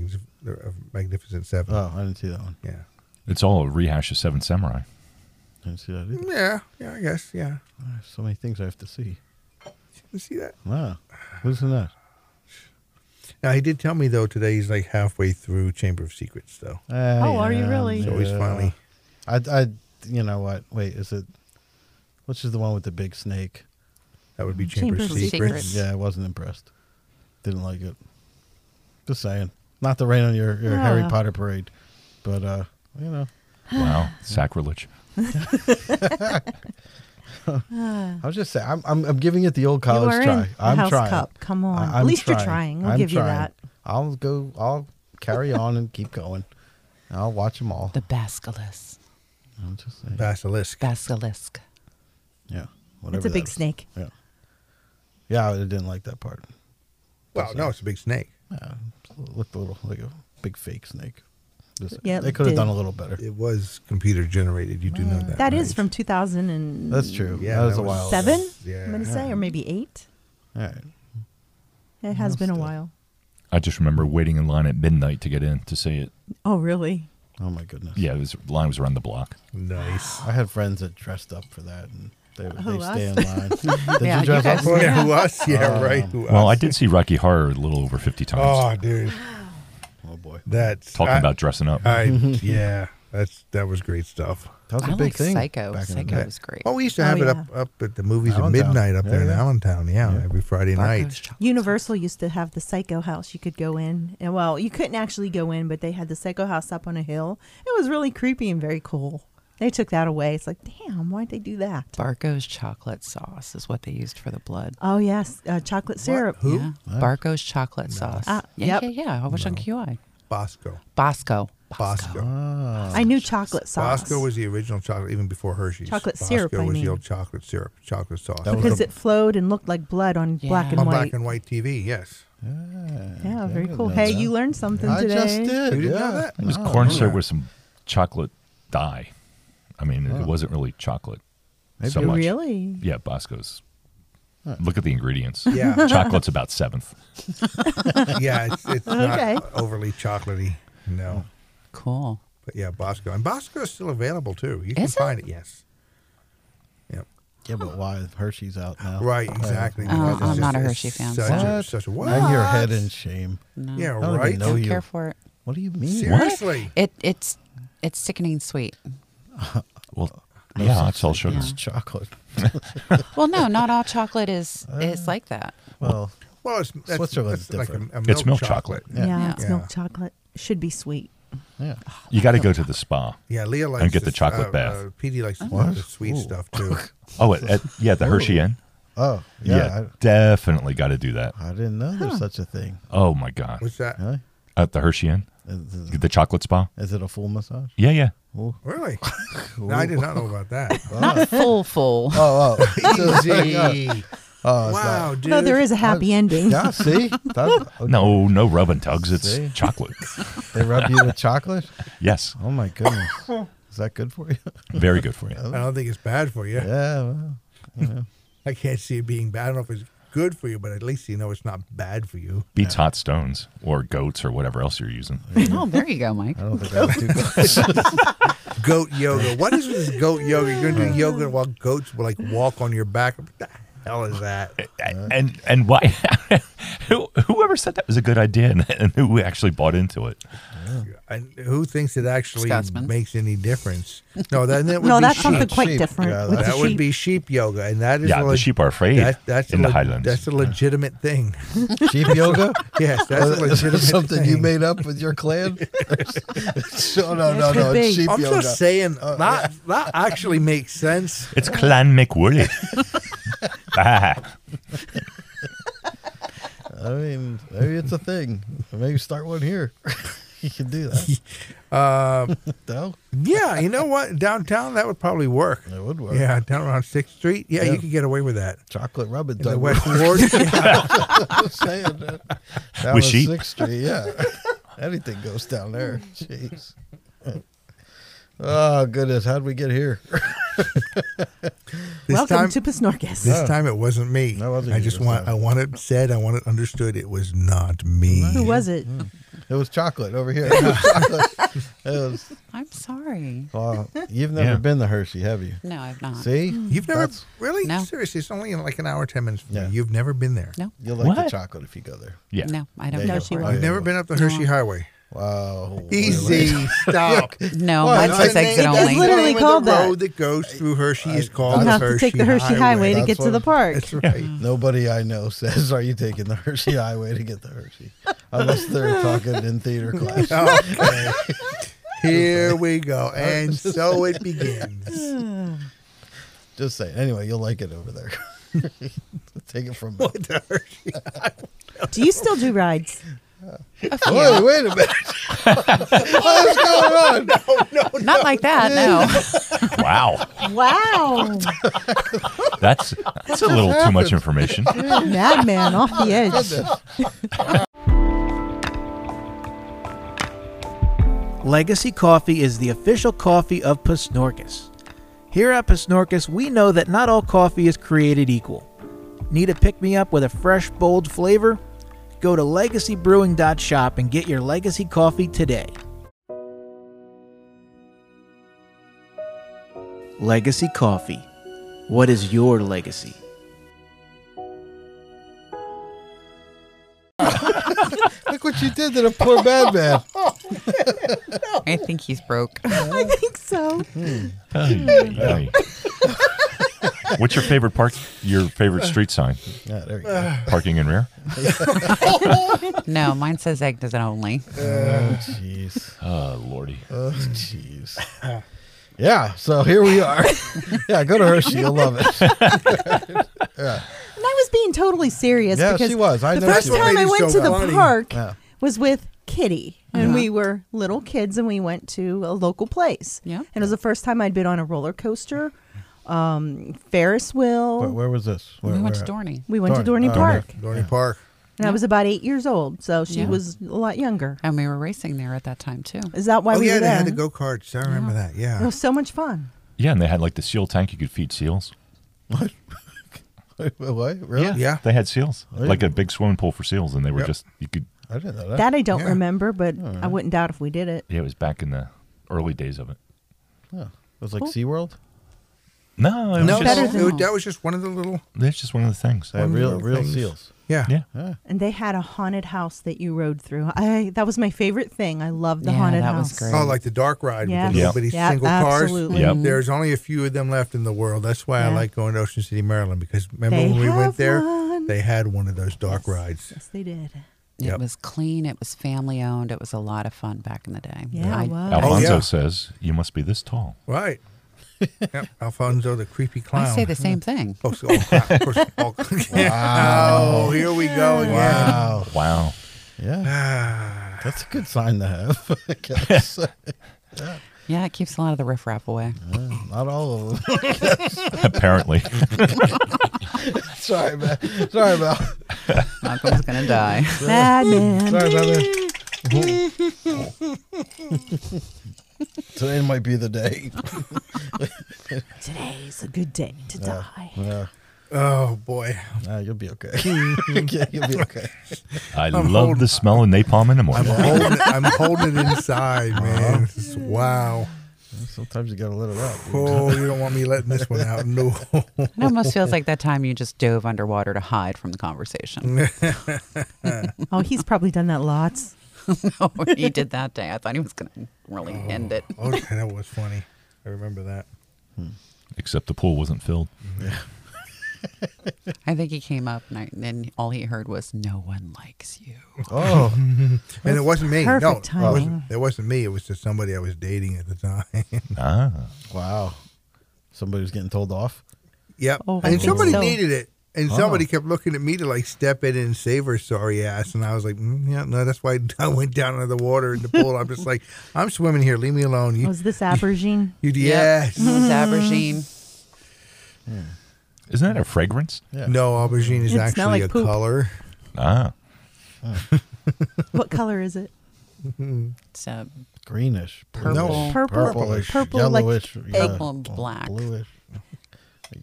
Magnific- of Magnificent Seven.
Oh, I didn't see that one.
Yeah.
It's all a rehash of Seven Samurai.
I didn't see that either.
Yeah. Yeah. I guess. Yeah.
There's so many things I have to see.
You see that?
Wow. Who's in that?
Now he did tell me though today he's like halfway through Chamber of Secrets though.
Uh,
Oh, are you really?
So he's finally.
I, I, you know what? Wait, is it? Which is the one with the big snake?
That would be Chamber,
Chamber
of
of
Secrets.
Secrets.
Yeah, I wasn't impressed. Didn't like it. Just saying. Not to rain on your, your
Yeah.
Harry Potter parade, but uh, you know,
Wow, sacrilege.
I was just saying, I'm, I'm, I'm giving it the old college
you are
try.
in the
I'm
house
trying.
cup. Come on.
I- I'm
At least
trying.
you're trying. We'll
I'm
give you
trying.
that.
I'll go. I'll carry on and keep going. I'll watch them all.
The basilisk.
I'm just saying.
Basilisk.
Basilisk.
Yeah. Whatever
It's a
that
big
is.
snake.
Yeah. Yeah, I didn't like that part.
Well, no, it's a big snake.
Yeah, it looked a little like a big fake snake. Just-
Yeah, it
they could have
did.
done a little better.
It was computer generated. You do know that.
That is
right?
from 2000 and
That's true.
Yeah,
that was
that
a
was-
while. ago.
seven.
Yeah.
I'm gonna say, or maybe eight.
All right.
It has been a
still.
while.
I just remember waiting in line at midnight to get in to see it.
Oh, really?
Oh my goodness.
Yeah, it was, line was around the block.
Nice.
I had friends that dressed up for that, and they they
Oh, us?
stay in line. Did
Yeah,
you
you
dress up?
guys-
For
Well,
it?
yeah, who us? Yeah,
Um,
right. Who
Well, I
us?
did see Rocky Horror a little over 50 times.
Oh, dude,
Oh boy,
that's
talking
I-
about dressing up.
I, yeah, that's that was great stuff.
that was a
I
big
like
thing.
Psycho.
back in the
Psycho
day.
was great.
Oh, we used to
Oh,
have it
yeah.
up up at the movies at
Allentown.
midnight up there in
Yeah, yeah.
Allentown. Yeah,
Yeah.
every Friday
Barker's
night.
chocolate.
Universal used to have the Psycho House. You could go in, and well, you couldn't actually go in, but they had the Psycho House up on a hill. It was really creepy and very cool. They took that away. It's like, damn, why'd they do that?
Barco's chocolate sauce is what they used for the blood.
Oh yes, uh, chocolate syrup.
Who?
Yeah. Barco's chocolate sauce.
Ah,
yeah,
yep.
yeah, yeah. I watched on QI.
Bosco.
Bosco.
Bosco.
I knew chocolate sauce.
Bosco was the original chocolate, even before Hershey's.
Chocolate
Bosco
syrup, I
was
mean.
the old chocolate syrup, chocolate sauce.
That was
because
the-
it flowed and looked like blood on
Yeah.
black and
on
white.
black and white TV. Yes.
yeah,
I
very
didn't
cool.
know
Hey,
that.
you learned something
I
today.
just did.
You didn't
yeah.
know that?
It was
No,
corn
no.
syrup with some chocolate dye. I mean, it wasn't really chocolate.
Maybe
so
it-
much.
Really?
Yeah, Bosco's. Look at the ingredients.
Yeah.
Chocolate's about seventh.
yeah, it's, it's
Okay.
not overly chocolatey. No.
Cool.
But yeah, Bosco. And Bosco is still available too. You can
Is it?
find it, yes. Yep.
Yeah, but why Hershey's out now?
Right, exactly.
Oh,
because it's
I'm not a
it's
Hershey fan,
Such
sorry.
a,
What?
such a what?
Hang your head in shame.
No.
Yeah,
I don't even
right.
know
Don't
you.
care for it.
What do you mean?
Seriously.
It it's it's sickening sweet.
Well, yeah, it's all sugar.
It's chocolate.
Well, no, not all chocolate is
Uh,
is like that.
Well,
Well, it's that's,
Switzerland's
that's
different.
Like a, a milk
It's milk
chocolate.
chocolate.
Yeah,
Yeah.
it's milk
Yeah.
chocolate. Should be sweet.
yeah.
You got to go to the spa.
Yeah, Leah likes
get the
this,
chocolate
uh,
bath.
Uh, PD likes
What?
the sweet
Ooh.
stuff too.
Oh, at, at, yeah, the Hershey Inn.
Oh,
Yeah,
yeah.
definitely got to do that.
I, I didn't know there's such a thing.
Oh my god,
What's that?
Really?
at the Hershey Inn,
Is, is-
the chocolate spa.
is it a full massage?
Yeah, yeah.
Really? No, I did not know about that.
uh.
Not full full.
Oh, oh.
Easy.
oh it's
wow, dude.
No, there is a happy ending.
not- Yeah, see? That- okay.
No, no rub and tugs. It's
See?
chocolate.
They rub you with chocolate?
yes,
Oh, my goodness. Is that good for you?
very good for you.
I don't think it's bad for you.
Yeah, well.
I can't see it being bad. I don't know if it's good for you, but at least you know it's not bad for you.
Beats hot stones or goats or whatever else you're using.
Oh, there you go, Mike.
I don't think that would do
Goat yoga. What is this goat yoga? You're gonna do yoga while goats will like walk on your back. What the hell is that?
And and why? who, whoever said that was a good idea, and, and who actually bought into it?
And who thinks it actually
Scotsman.
makes any difference? No, then that would
No,
be
that's
sheep.
something quite
Sheep.
different.
Yeah,
with
that-
the
That would
sheep.
be sheep yoga, and that is
Yeah,
a
the
leg-
sheep are afraid
that- that's
in
a
the
leg-
Highlands.
That's a legitimate thing.
Cheap yoga?
Yes, that's a
Is
legitimate
this something you
thing.
made up with your clan? no, no, no,
could
no.
be.
It's cheap
I'm
yoga.
just saying that that actually makes sense.
It's Clan McWooley. Ah,
I mean, maybe it's a thing. Maybe start one here. you can do that. Uh, no,
Yeah, you know what? Downtown that would probably work.
it would work.
Yeah, down around Sixth Street. Yeah,
Yeah.
you could get away with that.
Chocolate rub
In
it
the
done.
West Ward.
I'm saying that. That
With
was
sheep?
Sixth Street, yeah. Anything goes down there. Jeez. Oh goodness, how'd we get here?
This
Welcome
time,
to Pisnorkis.
this time it Oh. wasn't me.
No, it wasn't
I
you
just
this
want
time.
I want it said. I want it understood. It was not me.
Who was it?
It was chocolate over here. It was chocolate. It was-
I'm sorry.
wow. You've never
Yeah.
been to Hershey, have you?
No, I've not.
See,
You've never
That's-
really
No.
seriously. It's only in like an hour, ten minutes. From
Yeah.
you. You've never been there.
No,
you'll like the
What?
chocolate if you go there.
Yeah.
no, I don't
There you
know.
go.
she
Oh,
won't.
yeah,
I've never
you
been up the Hershey Highway.
will. Wow.
Easy, stop.
No,
Oh,
Well,
mine
it's
says
the name-
exit
it's
only.
The
literally
name of
called
the
that.
road that goes through Hershey is called
You
the
have
Hershey
to take the Hershey Highway, to
That's
get to the
what-
park.
That's right.
Nobody I know says, "Are you taking the Hershey Highway to get the Hershey?" Unless they're talking in theater class.
Mm.
Okay. Here we go. And so it begins.
Just saying. Anyway, you'll like it over there. Take it from me.
Do you still do rides?
Wait, wait a minute. What's going on?
Not like that. No,
Wow.
Wow.
That's that's a little too much information.
Madman off the edge.
Legacy Coffee is the official coffee of Pasnorcus. Here at Pasnorcus, we know that not all coffee is created equal. Need a pick me up with a fresh, bold flavor? Go to legacybrewing.shop and get your legacy coffee today. Legacy Coffee. What is your legacy?
Look what you did to the poor bad man.
I think he's broke.
I think so.
Ay, ay, ay. What's your favorite park? Your favorite street sign?
Yeah, there you go.
Parking in rear.
No, mine says exit only.
Oh, uh. Jeez.
Oh lordy.
Oh, jeez. Yeah, so here we are. yeah, go to Hershey. You'll love it.
And I was being totally serious
Yeah,
because
she was. I
the
know
first
she was.
time I
Lady
went
so
to the
funny.
park
Yeah.
was with Kitty. And
Yeah.
we were little kids and we went to a local place.
Yeah.
And it was the first time I'd been on a roller coaster, um, Ferris wheel.
Where, where was this? Where,
We went to
where at?
Dorney.
we went to
Dorney.
Dorney
Oh,
Park.
Dorney Park.
And I was about eight years old, so she
Yeah.
was a lot younger.
And we were racing there at that time too.
Is that why
oh,
we
yeah,
were
they
there?
had the go karts. I remember that.
It
Yeah.
was so much fun.
Yeah, and they had like the seal tank you could feed seals.
Wait, What? Really?
Yeah.
They had seals,
yeah.
like a big swimming pool for seals, and they were
Yep.
just you could.
I didn't know that.
That I don't
Yeah.
remember, but I wouldn't doubt if we did it.
Yeah, it was back in the early days of it.
Yeah. It was like SeaWorld?
No, it was
No,
just,
better
it
than
was-
all.
that was just one of the little.
that's just one of the things.
They had real,
of the
real
things.
seals.
Yeah.
yeah,
And they had a haunted house that you rode through. I that was my favorite thing. I loved the
Yeah,
haunted
that was
house.
great.
Oh, like the dark ride
Yes.
with the
Yeah.
little bitty
Yeah,
single cars.
absolutely.
Yep.
There's only a few of them left in the world. That's why I
Yeah.
like going to Ocean City, Maryland, because remember
They
when we
have
went there,
one.
they had one of those dark rides.
Yes, they did.
It
Yep.
was clean. It was family owned. It was a lot of fun back in the day.
Yeah,
I,
it was.
Oh,
Alfonso
yeah.
says you must be this tall.
Right. yep. Alfonso the creepy
I
clown.
say the same thing.
Oh, so, oh, crap. Of course, all- Oh, here we go again.
Wow.
Wow.
Yeah. That's a good sign to have. I guess. Uh,
Yeah, it keeps a lot of the riffraff away.
Not all of them.
Apparently,
Sorry, man. Sorry, Mel.
Malcolm's gonna die.
Madman.
Sorry, brother. Today might be the day.
Today's a good day to die.
Yeah.
Oh boy,
Nah, you'll be okay. yeah, you'll be okay.
I love the smell of napalm in the
I'm
morning.
holding it. I'm holding it inside, man. This is- wow.
Sometimes you gotta let it out.
Oh, you don't want me letting this one out. No.
It almost feels like that time you just dove underwater to hide from the conversation.
Oh, he's probably done that lots.
no, he did that day. I thought he was gonna really
Oh.
end it.
Okay, that was funny. I remember that.
Except the pool wasn't filled.
I think he came up and, I, and all he heard was, "No one likes you."
Oh,
And it wasn't me. no,
perfect
it wasn't,
timing.
it wasn't me. It was just somebody I was dating at the time.
Ah,
wow. Somebody was getting told off.
yep.
Oh,
and
I think
somebody
so. Ah.
needed it. And somebody
Oh.
kept looking at me to like step in and save her sorry ass. And I was like, mm, yeah, no, that's why I went down into the water in the pool. I'm just like, I'm swimming here. Leave me alone. You,
Was this Abergine?
you yes.
Yep. It was aubergine.
isn't that a fragrance?
Yeah.
No, aubergine is
It smelled
actually
like
a
poop.
color.
Ah,
what color is it?
It's a
Greenish.
Purple.
bluish,
Purple.
Purplish.
Purple, like
yellowish.
purple and black.
Bluish.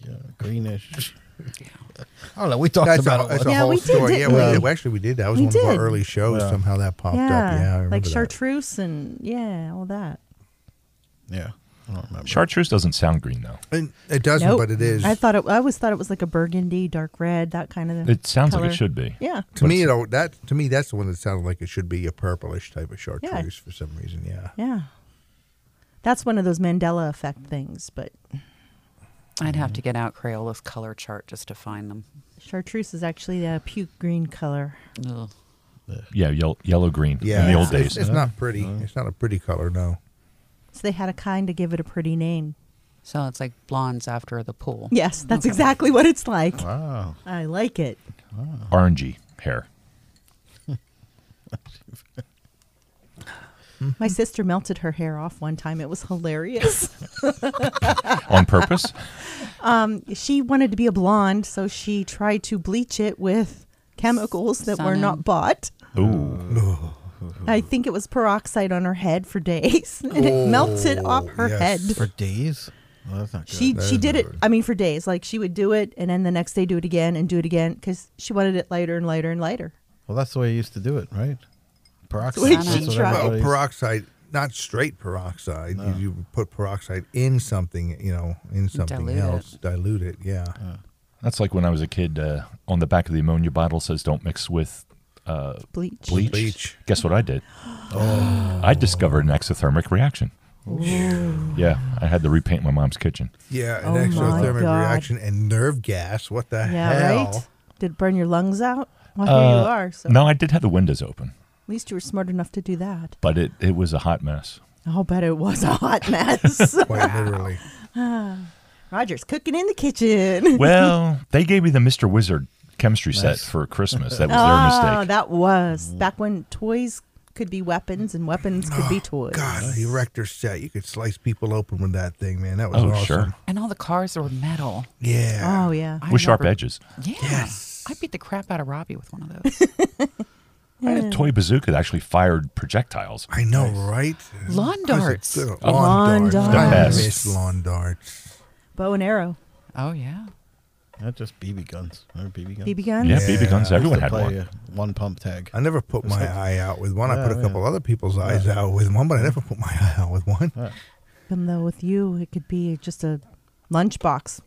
Yeah, greenish. I don't know. We talked
That's
Oh, about
a, that's
it.
a
Yeah,
whole
we did,
story. yeah,
didn't
we
we?
did. Actually, we did. That was
We
one of
did.
our early shows.
Yeah.
Somehow that popped
yeah,
up. Yeah, I remember
like
that.
chartreuse and yeah, all that.
yeah. I don't remember.
Chartreuse doesn't sound green though.
And It doesn't,
Nope.
but it is.
I thought it. I always thought it was like a burgundy, dark red, that kind of.
It sounds like
color.
it should be.
Yeah.
to me, it, that to me, that's the one that sounded like it should be a purplish type of chartreuse for some reason. Yeah.
Yeah. That's one of those Mandela effect things, but
I'd have to get out Crayola's color chart just to find them.
chartreuse is actually a puke green color.
Ugh.
Yeah, yellow, yellow green
Yeah.
in the old
it's-
days.
It's, not pretty. It's not a pretty color, no.
So they had a kind to give it a pretty name.
So it's like blondes after the pool.
Yes, that's exactly what it's like.
Wow.
I like it.
Orangey hair.
My sister melted her hair off one time. It was hilarious.
On purpose?
she wanted to be a blonde, so she tried to bleach it with chemicals that were
Sun.
not bought.
Ooh.
I think it was peroxide on her head for days, and it melted off her
yes.
head.
For days? Well, that's not good.
She
That
she
is
did it.
good.
I mean, for days. Like she would do it, and then the next day do it again and do it again because she wanted it lighter and lighter and lighter.
well, that's the way I used to do it, right? Peroxide.
way
that's
she
what
tried.
Well,
everybody-
peroxide, not straight peroxide. You, you put peroxide in something, you know, in something
Dilute it.
else, dilute it. Yeah.
That's like when I was a kid, uh, on the back of the ammonia bottle says don't mix with uh,
Bleach.
bleach.
Bleach. Oh.
Guess what I did? I discovered an exothermic reaction. Yeah, I had to repaint my mom's kitchen.
Yeah, an
Oh my
exothermic
God.
reaction and nerve gas. What the
Yeah,
hell?
right. Did it burn your lungs out? Well, here
Uh,
you are. So
No, I did have the windows open,
at least you were smart enough to do that.
but it, it was a hot mess.
I'll bet it was a hot mess.
Quite literally.
Roger's cooking in the kitchen.
Well, they gave me the Mr. Wizard chemistry set
Nice.
for Christmas. That was their
oh,
mistake.
that was back when toys could be weapons and weapons could be toys.
God, the erector set. You could slice people open with that thing, man. That was
Oh,
awesome.
sure.
And all the cars were metal.
Yeah.
Oh yeah.
I
With sharp
remember-
edges.
Yeah.
Yes.
I beat the crap out of Robbie with one of those.
I had a toy bazooka that actually fired projectiles.
I know, right?
Lawn
Of course
darts.
it's-
Oh.
Lawn
Lawn
darts.
The
I
best.
miss lawn darts.
Bow and arrow,
oh, yeah.
Not just BB guns. Remember BB guns?
BB guns.
Yeah, BB guns.
I used
Everyone
to
had
play
one.
a One pump tag.
I never put my eye out with one. I
Yeah,
put a couple
yeah.
other people's eyes out with one, but I never put my eye out with one.
Even though with you, it could be just a lunchbox.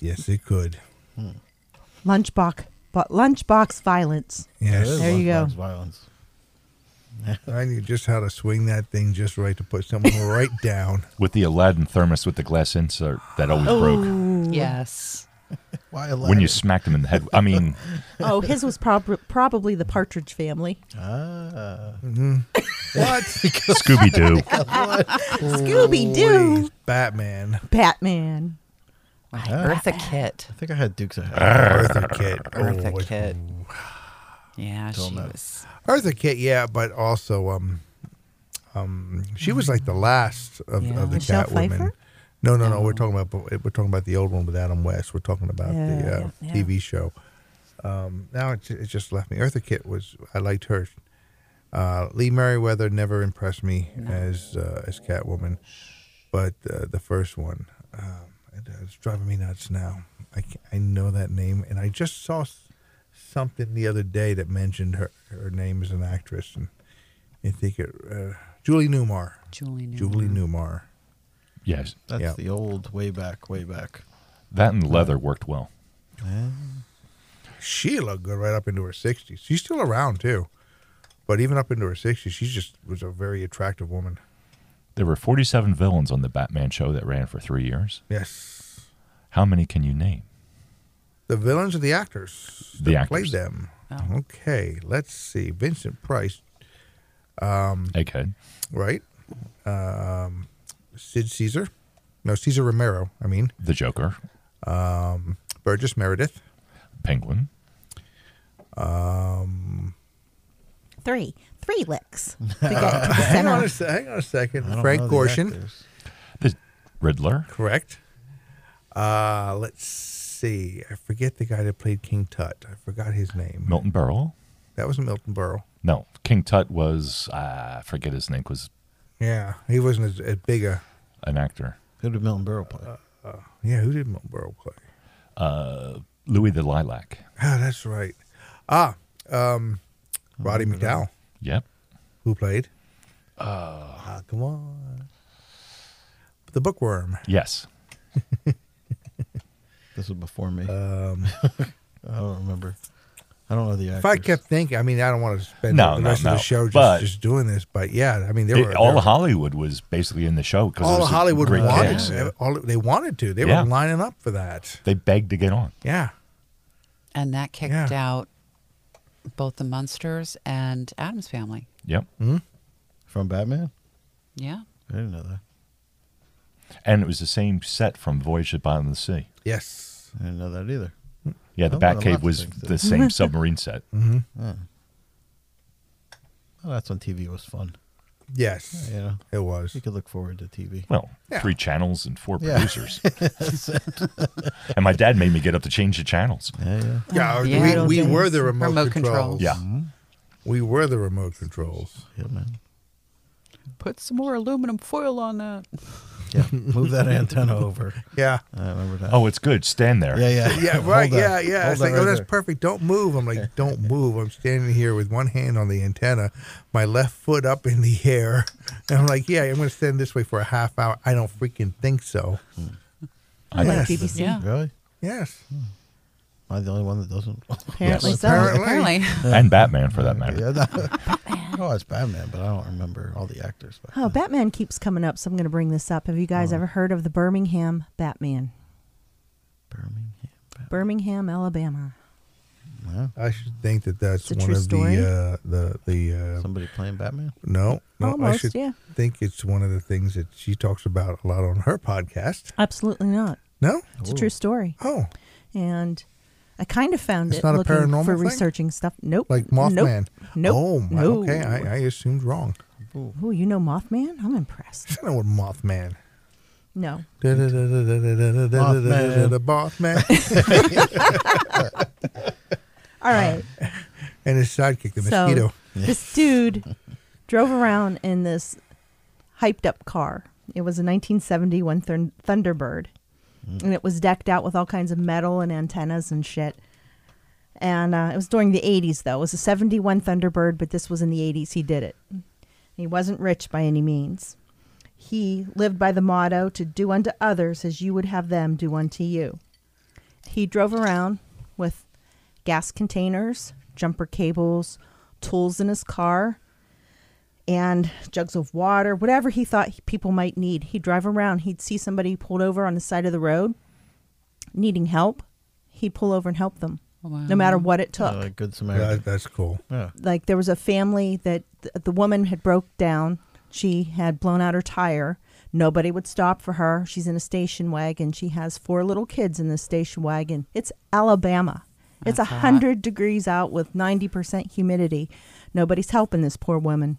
Yes, it could.
Lunchbox, but lunchbox violence.
Yes.
There you go.
Violence.
I knew just how to swing that thing just right to put someone right down.
With the Aladdin thermos with the glass insert that always broke
Yes.
Why
when you smacked him in the head. I mean,
Oh, his was prob- probably the Partridge Family.
Mm-hmm.
What?
Scooby Doo.
Scooby Doo,
Please, Batman.
Batman.
My Eartha Kit.
I think I had Dukes of
Eartha Kit.
Eartha
Oh,
Kit. Yeah, she was.
Eartha Kit, yeah, but also um um she was like the last of,
Yeah.
of the
Michelle
Catwomen.
Pfeiffer?
No, no, no. We're talking about we're talking about the old one with Adam West. We're talking about
Yeah,
the uh,
yeah, yeah.
TV show. Um, now it, it just left me. Eartha Kitt was I liked her. Uh, Lee Merriweather never impressed me as uh, as Catwoman, but uh, the first one um, it, it's driving me nuts now. I, ca- I know that name, and I just saw s- something the other day that mentioned her her name as an actress, and I think it uh, Julie Newmar.
Julie Newmar.
Julie
Mm-hmm.
Newmar.
Yes,
That's
Yeah.
the old way back, way back.
that and leather worked well.
she looked good right up into her 60s. She's still around too, but even up into her 60s, she just was a very attractive woman.
There were 47 villains on the Batman show that ran for three years.
Yes,
How many can you name?
the villains are the actors.
The
that
actors.
played them.
Oh.
Okay, let's see. Vincent Price,
Egghead.
right? Um, Sid Caesar, no Caesar Romero. I mean
the Joker,
um, Burgess Meredith.
Penguin,
Um,
Three, three licks to get to the
hang on
center.
a se- hang on a
I don't
second. Frank
know the
Gorshin.
actors.
the Riddler,
Correct. Uh, let's see. I forget the guy that played King Tut. I forgot his name.
Milton Berle,
That was Milton Burrow.
No, King Tut was uh, I forget his name was
Yeah, he wasn't as, as big a.
an actor.
Who did Milton Burrow play?
Yeah, who did Milton Burrow play?
Louis the Lilac.
Oh, that's right. Ah, um, Roddy McDowell,
Yep.
who played.
Uh,
Oh, come on. The bookworm.
Yes.
This was before me. I don't remember. Um. I don't know the actors.
If I kept thinking, I mean, I don't want to spend
No,
the
no,
rest of
no,
the show just,
but-
just doing this, but yeah, I mean, there
It-
were
all
there
of
were-
Hollywood was basically in the show because
all of Hollywood
great
wanted.
cast.
they- All, they wanted to. They
Yeah.
were lining up for that.
They begged to get on.
Yeah.
And that kicked
Yeah.
out both the Munsters and Adam's family.
Yep.
From Batman?
Yeah.
I didn't know that.
And it was the same set from Voyage to the Bottom of the Sea.
Yes.
I didn't know that either.
Yeah, the
Oh, well, I'm
Batcave
not
was
thinking so.
the same submarine set.
Well, that's when TV was fun.
Yes.
You know,
It was.
you could look forward to TV.
Well,
Yeah.
three channels and four
Yeah.
producers. and my dad made me get up to change the channels.
Yeah, yeah.
Yeah,
Yeah, I don't
we, we
think-
were the remote,
Remote
controls.
controls.
Yeah.
We were the remote controls.
Yeah, man.
Put some more aluminum foil on that.
Yeah, move that antenna over.
Yeah.
I remember that.
Oh, it's good. Stand there.
yeah, yeah.
Yeah,
Hold
right.
that.
Yeah, yeah.
Hold
It's
that
like,
right
oh, that's
there.
perfect. Don't move. I'm like, don't move. I'm standing here with one hand on the antenna, my left foot up in the air. And I'm like, yeah, I'm going to stand this way for a half hour. I don't freaking think so.
I know.
Yes.
BBC.
Yeah.
Really?
Yes.
Am I the only one that doesn't?
Apparently
Yes.
so.
Apparently.
Apparently.
And Batman, for that matter.
yeah, no. oh, it's Batman, but I don't remember all the actors. But
Oh, Batman keeps coming up, so I'm going to bring this up. Have you
Oh.
guys ever heard of the Birmingham Batman?
Birmingham.
Birmingham, Alabama.
Wow.
I should think that that's
It's a
one
true
of
story.
the, uh, the, the, uh,
Somebody playing Batman?
no, no, I
Almost,
should
yeah.
think it's one of the things that she talks about a lot on her podcast.
Absolutely not.
No?
It's a true story.
Oh,
And I kind of found
It's
it
not a
looking
paranormal
for
thing?
researching stuff. Nope.
like Mothman.
Nope. nope.
Oh, my-
no.
okay. I, I assumed wrong.
Oh, you know Mothman? I'm impressed.
I know what Mothman.
No.
Mothman. Mothman.
All right.
and his sidekick, the
so
mosquito.
this dude drove around in this hyped up car. It was a 1971 Thun- Thunderbird, and it was decked out with all kinds of metal and antennas and shit. And uh, it was during the 80s, though. It was a 71 Thunderbird, but this was in the 80s. He did it. He wasn't rich by any means. He lived by the motto to do unto others as you would have them do unto you. He drove around with gas containers, jumper cables, tools in his car, and jugs of water, whatever he thought he- people might need. He'd drive around, he'd see somebody pulled over on the side of the road needing help. He'd pull over and help them, no matter what it took
Uh, like Good
That,
Samaritan.
that's cool.
Yeah.
like there was a family that th- the woman had broke down she had blown out her tire nobody would stop for her she's in a station wagon she has four little kids in this station wagon it's alabama it's a
hot.
hundred degrees out with 90% humidity nobody's helping this poor woman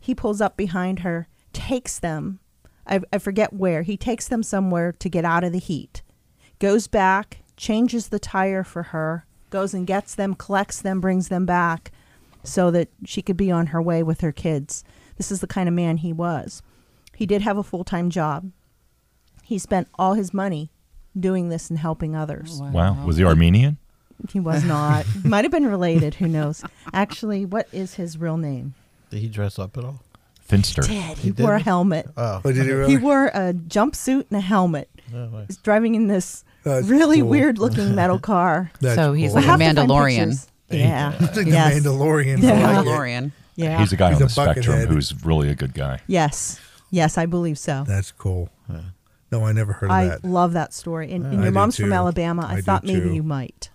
he pulls up behind her takes them I, I forget where he takes them somewhere to get out of the heat goes back, changes the tire for her, goes and gets them, collects them, brings them back so that she could be on her way with her kids. This is the kind of man he was. He did have a full time job. He spent all his money doing this and helping others.
Oh, Wow. Was he Armenian?
He was not. Might have been related. Who knows? Actually, what is his real name?
Did he dress up at all?
Finster.
Dad, he,
did?
wore a helmet.
Oh,
Oh, did he
He
really?
wore a jumpsuit and a helmet.
no way.
He's driving in this
That's
really
cool.
weird looking metal car.
That's
so he's
cool.
like a
We'll have to find
Mandalorian.
pictures. Yeah.
It's like
yes.
the Mandalorian.
Yeah.
I like it.
Mandalorian.
Yeah.
He's a guy
He's
on
a
the spectrum
buckethead.
who's really a good guy.
yes. Yes, I believe so.
That's cool. No, I never heard of
I
that.
love that story. And, and
I do
your mom's from
too.
Alabama.
I
I,
do
thought maybe
too.
you might.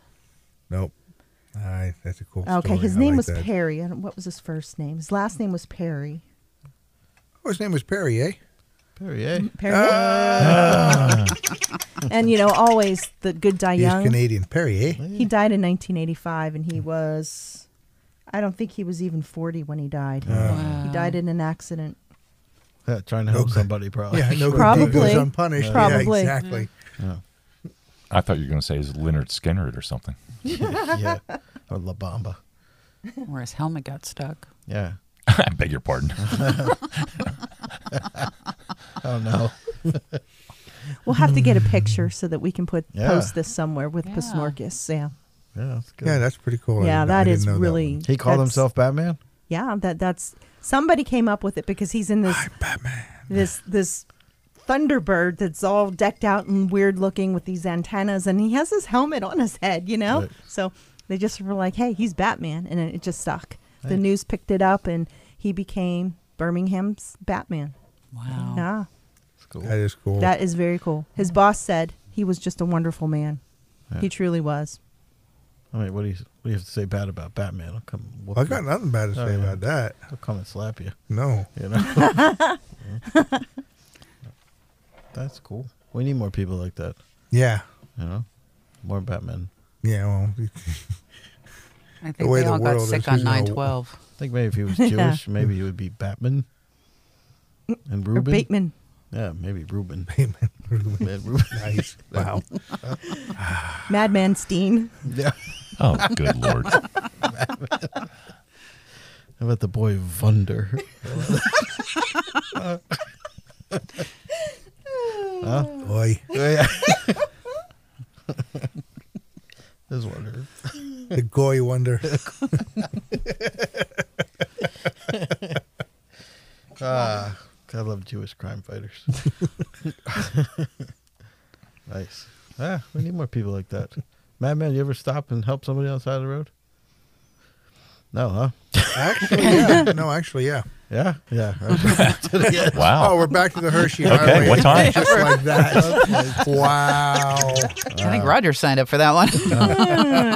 nope. I, that's a cool
Okay,
story.
his
I
name
like
was
that.
Perry. I don't, what was his first name? His last name was Perry.
Oh, his name was Perry, eh?
Perrier.
Perry.
Ah!
and you know, always the good die
He's
young.
Canadian. Perry, eh?
He died in 1985, and he was. I don't think he was even 40 when he died.
Ah.
He
Uh,
died in an accident.
Yeah, trying to help
Mm-hmm. Okay.
somebody, probably.
Yeah, no
Probably.
good deed goes unpunished.
Probably.
Yeah, exactly.
I thought you were going to say he's Leonard Skinner or something.
yeah. Or La Bamba.
where his helmet got stuck.
Yeah.
I beg your pardon.
Oh no.
We'll have to get a picture so that we can put
Yeah.
post this somewhere with
Yeah.
Pasnorkis. Yeah,
Yeah, that's good.
Yeah, that's pretty cool. I
yeah,
didn't- I
that
didn't
is
know that
really.
one.
he called
that's-
himself Batman.
Yeah, that that's somebody came up with it because he's in this this this Thunderbird that's all decked out and weird looking with these antennas, and he has his helmet on his head, you know.
Right.
So they just were like, "Hey, he's Batman," and it it just stuck. The news picked it up, and he became Birmingham's Batman.
Wow.
Yeah,
That's cool.
That is cool.
that is very cool. His boss said he was just a wonderful man. He truly was.
I mean, what do you what do you have to say bad about Batman? I'll come. whoop
I
you.
got nothing bad to say
Oh, yeah.
about that.
I'll come and slap you.
No.
You know. that's cool. We need more people like that.
Yeah.
You know, more Batman.
Yeah. Well,
I think
The way
they
the
all got
world is,
sick on
who's gonna-
912.
I think maybe if he was
Yeah. Mm,
Jewish, maybe he would be Batman. And
Or
Ruben.
Bateman.
Yeah, maybe Ruben.
Batman Ruben.
Bad Ruben.
Nice. Wow.
Madman Steen.
yeah.
oh, good lord.
How about the boy Vunder?
Boy.
yeah. Just wonder.
The goy wonder.
Ah, I love Jewish crime fighters. nice. Yeah, we need more people like that. Madman, you ever stop and help somebody on the side of the road? No, huh?
Actually, yeah. No, actually, yeah.
Yeah, yeah. right.
Oh,
Wow.
we're back to the Hershey
okay,
Highway.
what time?
Just like that. wow.
I think Roger signed up for that one.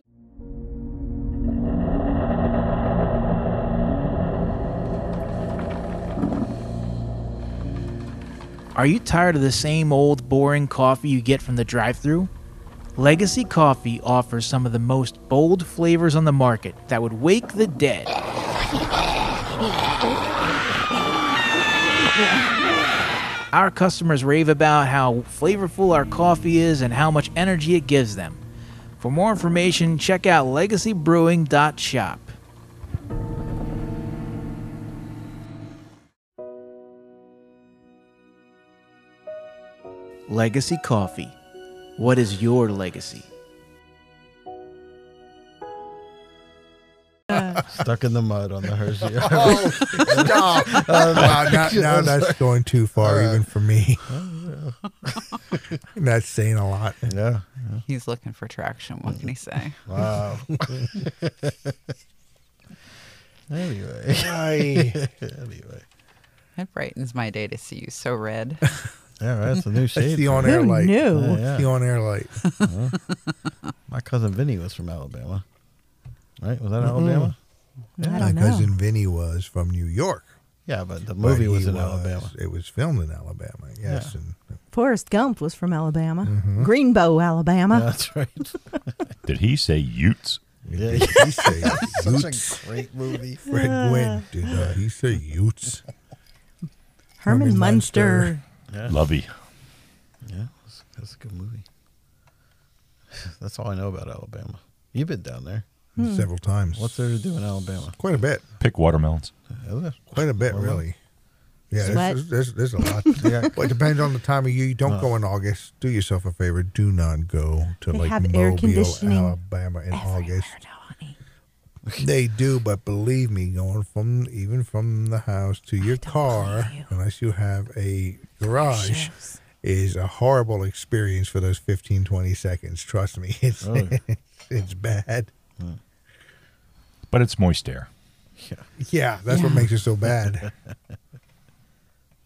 Are you tired of the same old boring coffee you get from the drive thru? Legacy Coffee offers some of the most bold flavors on the market that would wake the dead. Our customers rave about how flavorful our coffee is and how much energy it gives them. For more information, check out legacybrewing.shop. Legacy Coffee. What is your legacy?
Stuck in the mud on the Hershey.
Oh, stop. wow, now, now that's going too far, even for me. Oh, that's saying a lot.
yeah.
He's looking for traction. What can he say?
Wow. anyway, anyway.
It brightens my day to see you so red.
Yeah, right. It's a new
That's
shade.
the on air
Who
light.
knew?
Yeah,
That's The
yeah.
on air light.
My cousin Vinny was from Alabama. Right? Was that Alabama?
I
My
don't know.
cousin Vinny was from New York.
Yeah, but the
but
movie
he
was in Alabama.
It was filmed in Alabama. Yes.
Yeah.
And
Forrest Gump was from Alabama. Greenbow, Alabama.
Yeah, that's right.
Did he say Utes?
Yeah.
did he say Utes?
Such a great movie.
Fred Gwynn. Did uh, he say Utes?
Herman,
Herman
Munster.
Munster.
Lovey.
Yeah, that's, that's a good movie. That's all I know about Alabama. You've been down there.
Hmm.
Several times.
What's there to do in Alabama?
Quite a bit.
Pick watermelons.
Is it?
Quite a bit,
Well,
really. Yeah,
Sweat.
there's, there's, there's a lot. well, it depends on the time of year. You don't go in August. Do yourself a favor. Do not go to
They
like
have
Mobile,
air conditioning
Alabama in August. They do, but believe me, going from even from the house to your car, unless you have a garage, is a horrible experience for those 15, 20 seconds. Trust me, it's it's bad.
But it's moist air.
Yeah, that's what makes it so bad.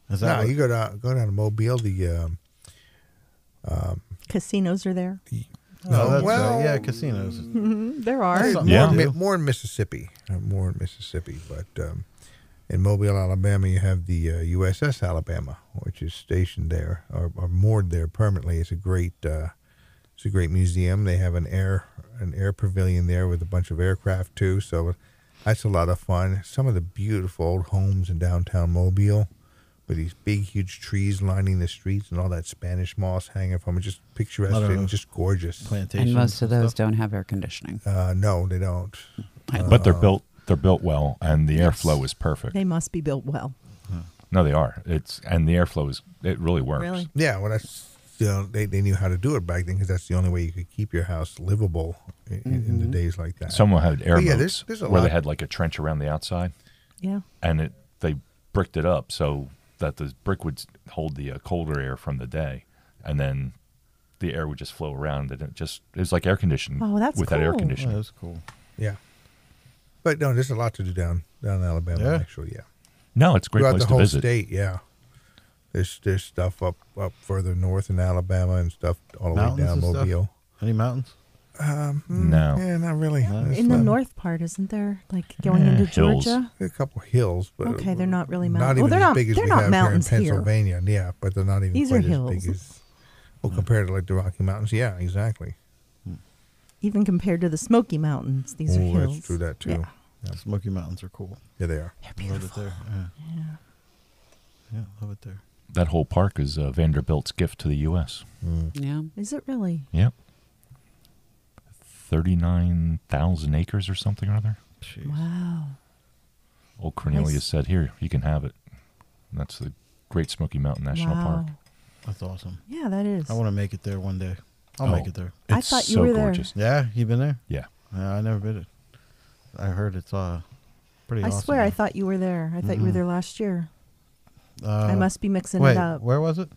Is that
no,
what-
you go down go down to Mobile. The um,
Casinos are there.
oh,
no,
that's right.
well-
yeah, casinos.
Mm-hmm. There are.
More,
That's something
Yeah.
to
Mi-
do.
more in Mississippi. Uh, More in Mississippi. But um, in Mobile, Alabama, you have the uh, USS Alabama, which is stationed there or, or moored there permanently. It's a great, uh, it's a great museum. They have an air an air pavilion there with a bunch of aircraft too. So uh, that's a lot of fun. Some of the beautiful old homes in downtown Mobile. With these big, huge trees lining the streets and all that Spanish moss hanging from it, just picturesque
Lot of
and just gorgeous.
Plantations. Oh,
And most of those
stuff.
don't have air conditioning.
Uh, no, they don't.
but they're built They're built well, and the airflow is perfect.
They must be built well.
no, they are. It's and the airflow is it really works.
Really?
Yeah, well, that's you know, they, they knew how to do it back then because that's the only way you could keep your house livable in, in- in the
Mm-hmm.
days like that.
Someone had air
But yeah,
moats
there's- there's a
where they
lot-
had like a trench around the outside,
Yeah.
and it they bricked it up so that the brick would s- hold the uh, colder air from the day, and then the air would just flow around, and it just it was like air conditioning.
Oh, that's
without air
cool.
Yeah,
conditioning.
that's cool.
yeah, but no, there's a lot to do down down in Alabama.
Yeah.
Actually, yeah,
No, it's a great
throughout
place
the
to
whole
visit.
state. Yeah, there's there's stuff up up further north in Alabama and stuff all the way
Mountains
down
and stuff?
Mobile. Mm,
Any mountains?
No.
Yeah, not really. There's
In the
not-
north part, isn't there like going
Yeah,
into
hills.
Georgia?
A couple hills, but
Okay, they're not really
Not
mountains.
even
Well, they're
as
not-
big as
they're
we
not
have
mountains
here
here.
in Pennsylvania. Yeah, but they're not even
These are
quite as
hills.
big as. Well, compared to like the Rocky Mountains, yeah, exactly.
Even compared to the Smoky Mountains, these are
oh,
hills.
that's true. That too.
Yeah.
Smoky Mountains are cool.
yeah they are.
I Love it there. Yeah. yeah, love it there.
That whole park is uh, Vanderbilt's gift to the U.S.
Yeah.
Is it really?
Yep. 39,000 acres or something or other.
Jeez.
Wow.
Old Cornelius
Nice.
said, Here, you can have it. And that's the Great Smoky Mountain National
wow.
Park.
That's awesome.
Yeah, that is.
I want to make it there one day. I'll
Oh.
make it there.
It's
I thought you
so
were there.
gorgeous.
Yeah, you been there?
Yeah.
Yeah, I never been it. I heard it's uh pretty.
I
awesome
swear, I
there.
thought you were there. I thought you were there last year.
Uh,
I must be mixing
wait,
it up.
Where was it?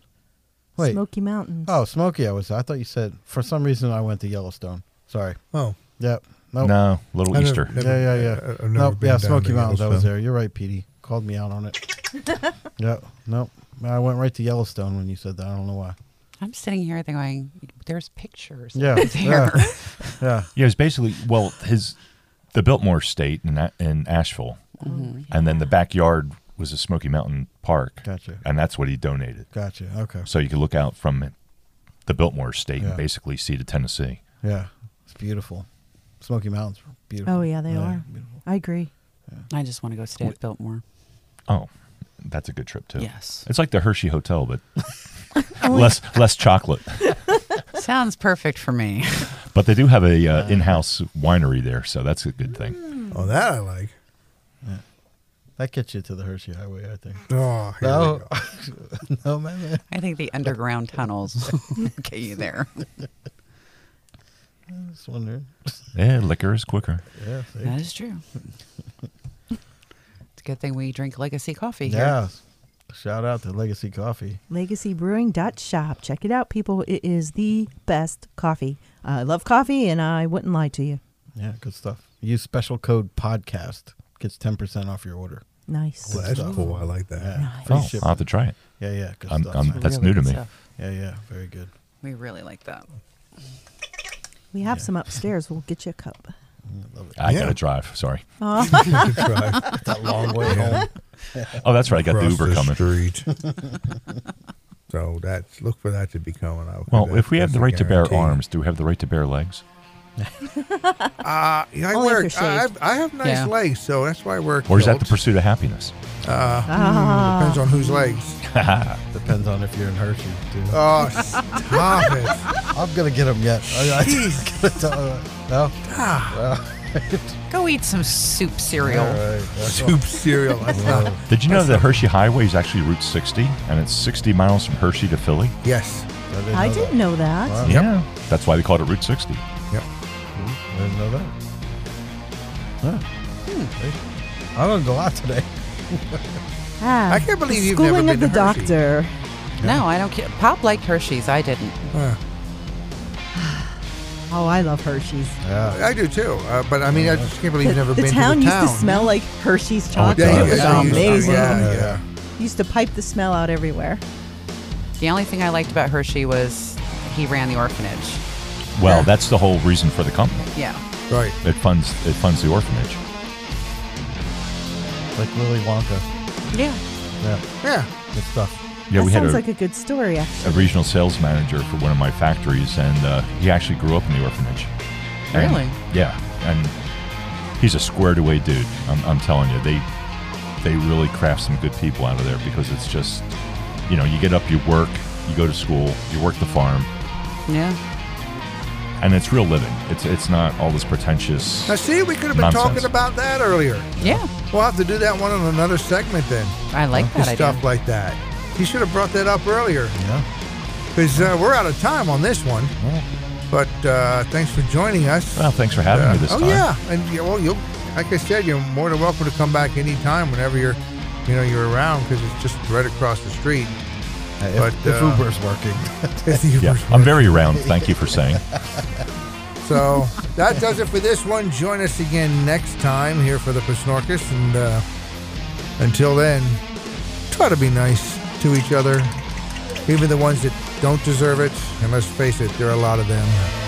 Wait.
Smoky Mountains.
Oh, Smoky. I was. I thought you said for some reason I went to Yellowstone. Sorry.
Oh,
Yep. Nope.
No, Little
I never-
Easter.
never-
Yeah, yeah,
I-
yeah.
I've never
nope.
been
Yeah,
down
Smoky
to
Mountains. I was
Yellowstone.
there. You're right, Petey. Called me out on it. yep. Nope. I went right to Yellowstone when you said that. I don't know why.
I'm sitting here going, there's pictures.
Yeah.
there.
Yeah. yeah.
Yeah, it's basically, well, his the Biltmore State in, A- in Asheville.
Mm-hmm.
And then the backyard was a Smoky Mountain Park.
Gotcha.
And that's what he donated.
Gotcha. Okay.
So you could look out from the Biltmore State
Yeah.
and basically see to Tennessee.
Yeah. It's beautiful. Smoky Mountains. are Beautiful.
Oh, yeah, they are.
beautiful.
I agree.
I just want to go stay at Biltmore.
Oh, that's a good trip, too.
Yes.
It's like the Hershey Hotel, but less less chocolate.
Sounds perfect for me.
But they do have a uh, in-house winery there, so that's a good thing.
Oh, that I like.
That gets you to the Hershey Highway, I think.
Oh, here we
No.
go.
no, man. man.
I think the underground tunnels get you there.
I was wondering.
Yeah, liquor is quicker.
Yeah. See?
That is true. It's a good thing we drink legacy coffee here.
Yeah. Shout out to Legacy Coffee.
Legacy Brewing dot shop. Check it out, people. It is the best coffee. I love coffee, and I wouldn't lie to you.
Yeah, good stuff. Use special code podcast gets ten percent off your order.
Nice.
Well, that's cool. I like that.
Yeah, free
Oh,
shipping.
I'll have to try it.
yeah, yeah, good
I'm-
stuff.
I'm-
man.
That's new to
good
me.
stuff.
yeah, yeah, very good.
We really like that.
We have some upstairs. We'll get you a cup.
I
Yeah.
gotta drive. Sorry.
Good drive.
That long way home.
Oh, that's right. I got the
Across
Uber coming.
Street. so that's look for that to be coming out.
Well,
That's-
if we have
that's
the
a
right to bear
guarantee.
arms, do we have the right to bear legs?
Uh, yeah, I
Only if
work.
they're
I,
shaved.
I have nice
Yeah.
legs, so that's why I work.
Or is that the pursuit of happiness?
Ah.
Depends on whose legs.
Depends on if you're in Hershey, too.
Oh, stop it!
I'm gonna get them yet. I, I,
Jeez.
gonna tell, uh, no.
Go eat some soup cereal.
All right.
Soup cereal. That's not.
Did you know that Hershey Highway is actually Route 60, and it's 60 miles from Hershey to Philly?
Yes.
I didn't,
I
know
didn't know that.
Wow.
Yeah, that's why they called it Route 60.
Yep.
That. I didn't Hmm. know that. Huh. Hey, I'm gonna go out today.
Ah,
I can't believe
the
you've never
schooling
been
of the
to Hershey.
doctor.
No, I don't care. Pop liked Hershey's. I didn't.
Uh,
Oh, I love Hershey's.
Yeah.
I do too. Uh, but I mean, I just can't believe you've never
the
been
town
to the
used
town.
to smell like Hershey's
Oh, it
chocolate.
Yeah,
does.
it was
yeah, yeah,
amazing.
Yeah, yeah.
Used to pipe the smell out everywhere.
The only thing I liked about Hershey was he ran the orphanage.
Well, that's the whole reason for the company.
Yeah.
Right.
It funds it funds the orphanage.
Like Willy Wonka.
Yeah.
Yeah.
Yeah.
Good stuff.
Yeah,
that
we had
sounds
a,
like a good story, actually.
a regional sales manager for one of my factories, and uh, he actually grew up in the orphanage. And-
Really?
Yeah, and he's a squared away dude. I'm, I'm telling you, they they really craft some good people out of there because it's just, you know, you get up, you work, you go to school, you work the farm,
Yeah.
and it's real living. It's it's not all this pretentious.
Now, see, we could have been
Nonsense.
talking about that earlier.
Yeah,
We'll have to do that one on another segment then.
I like
Just
that idea.
stuff like that. You should have brought that up earlier
Yeah.
because uh, we're out of time on this one.
Well,
But uh, thanks for joining us.
Well, thanks for having me this
oh
time.
yeah, and yeah, well, you like I said, you're more than welcome to come back anytime whenever you're, you know, you're around because it's just right across the street.
hey,
But,
if, if
uh,
Uber's working,
Yeah, I'm very round. Thank you for saying.
So that does it for this one. Join us again next time here for the Pisnorcus. And uh, until then, try to be nice to each other, even the ones that don't deserve it. And let's face it, there are a lot of them.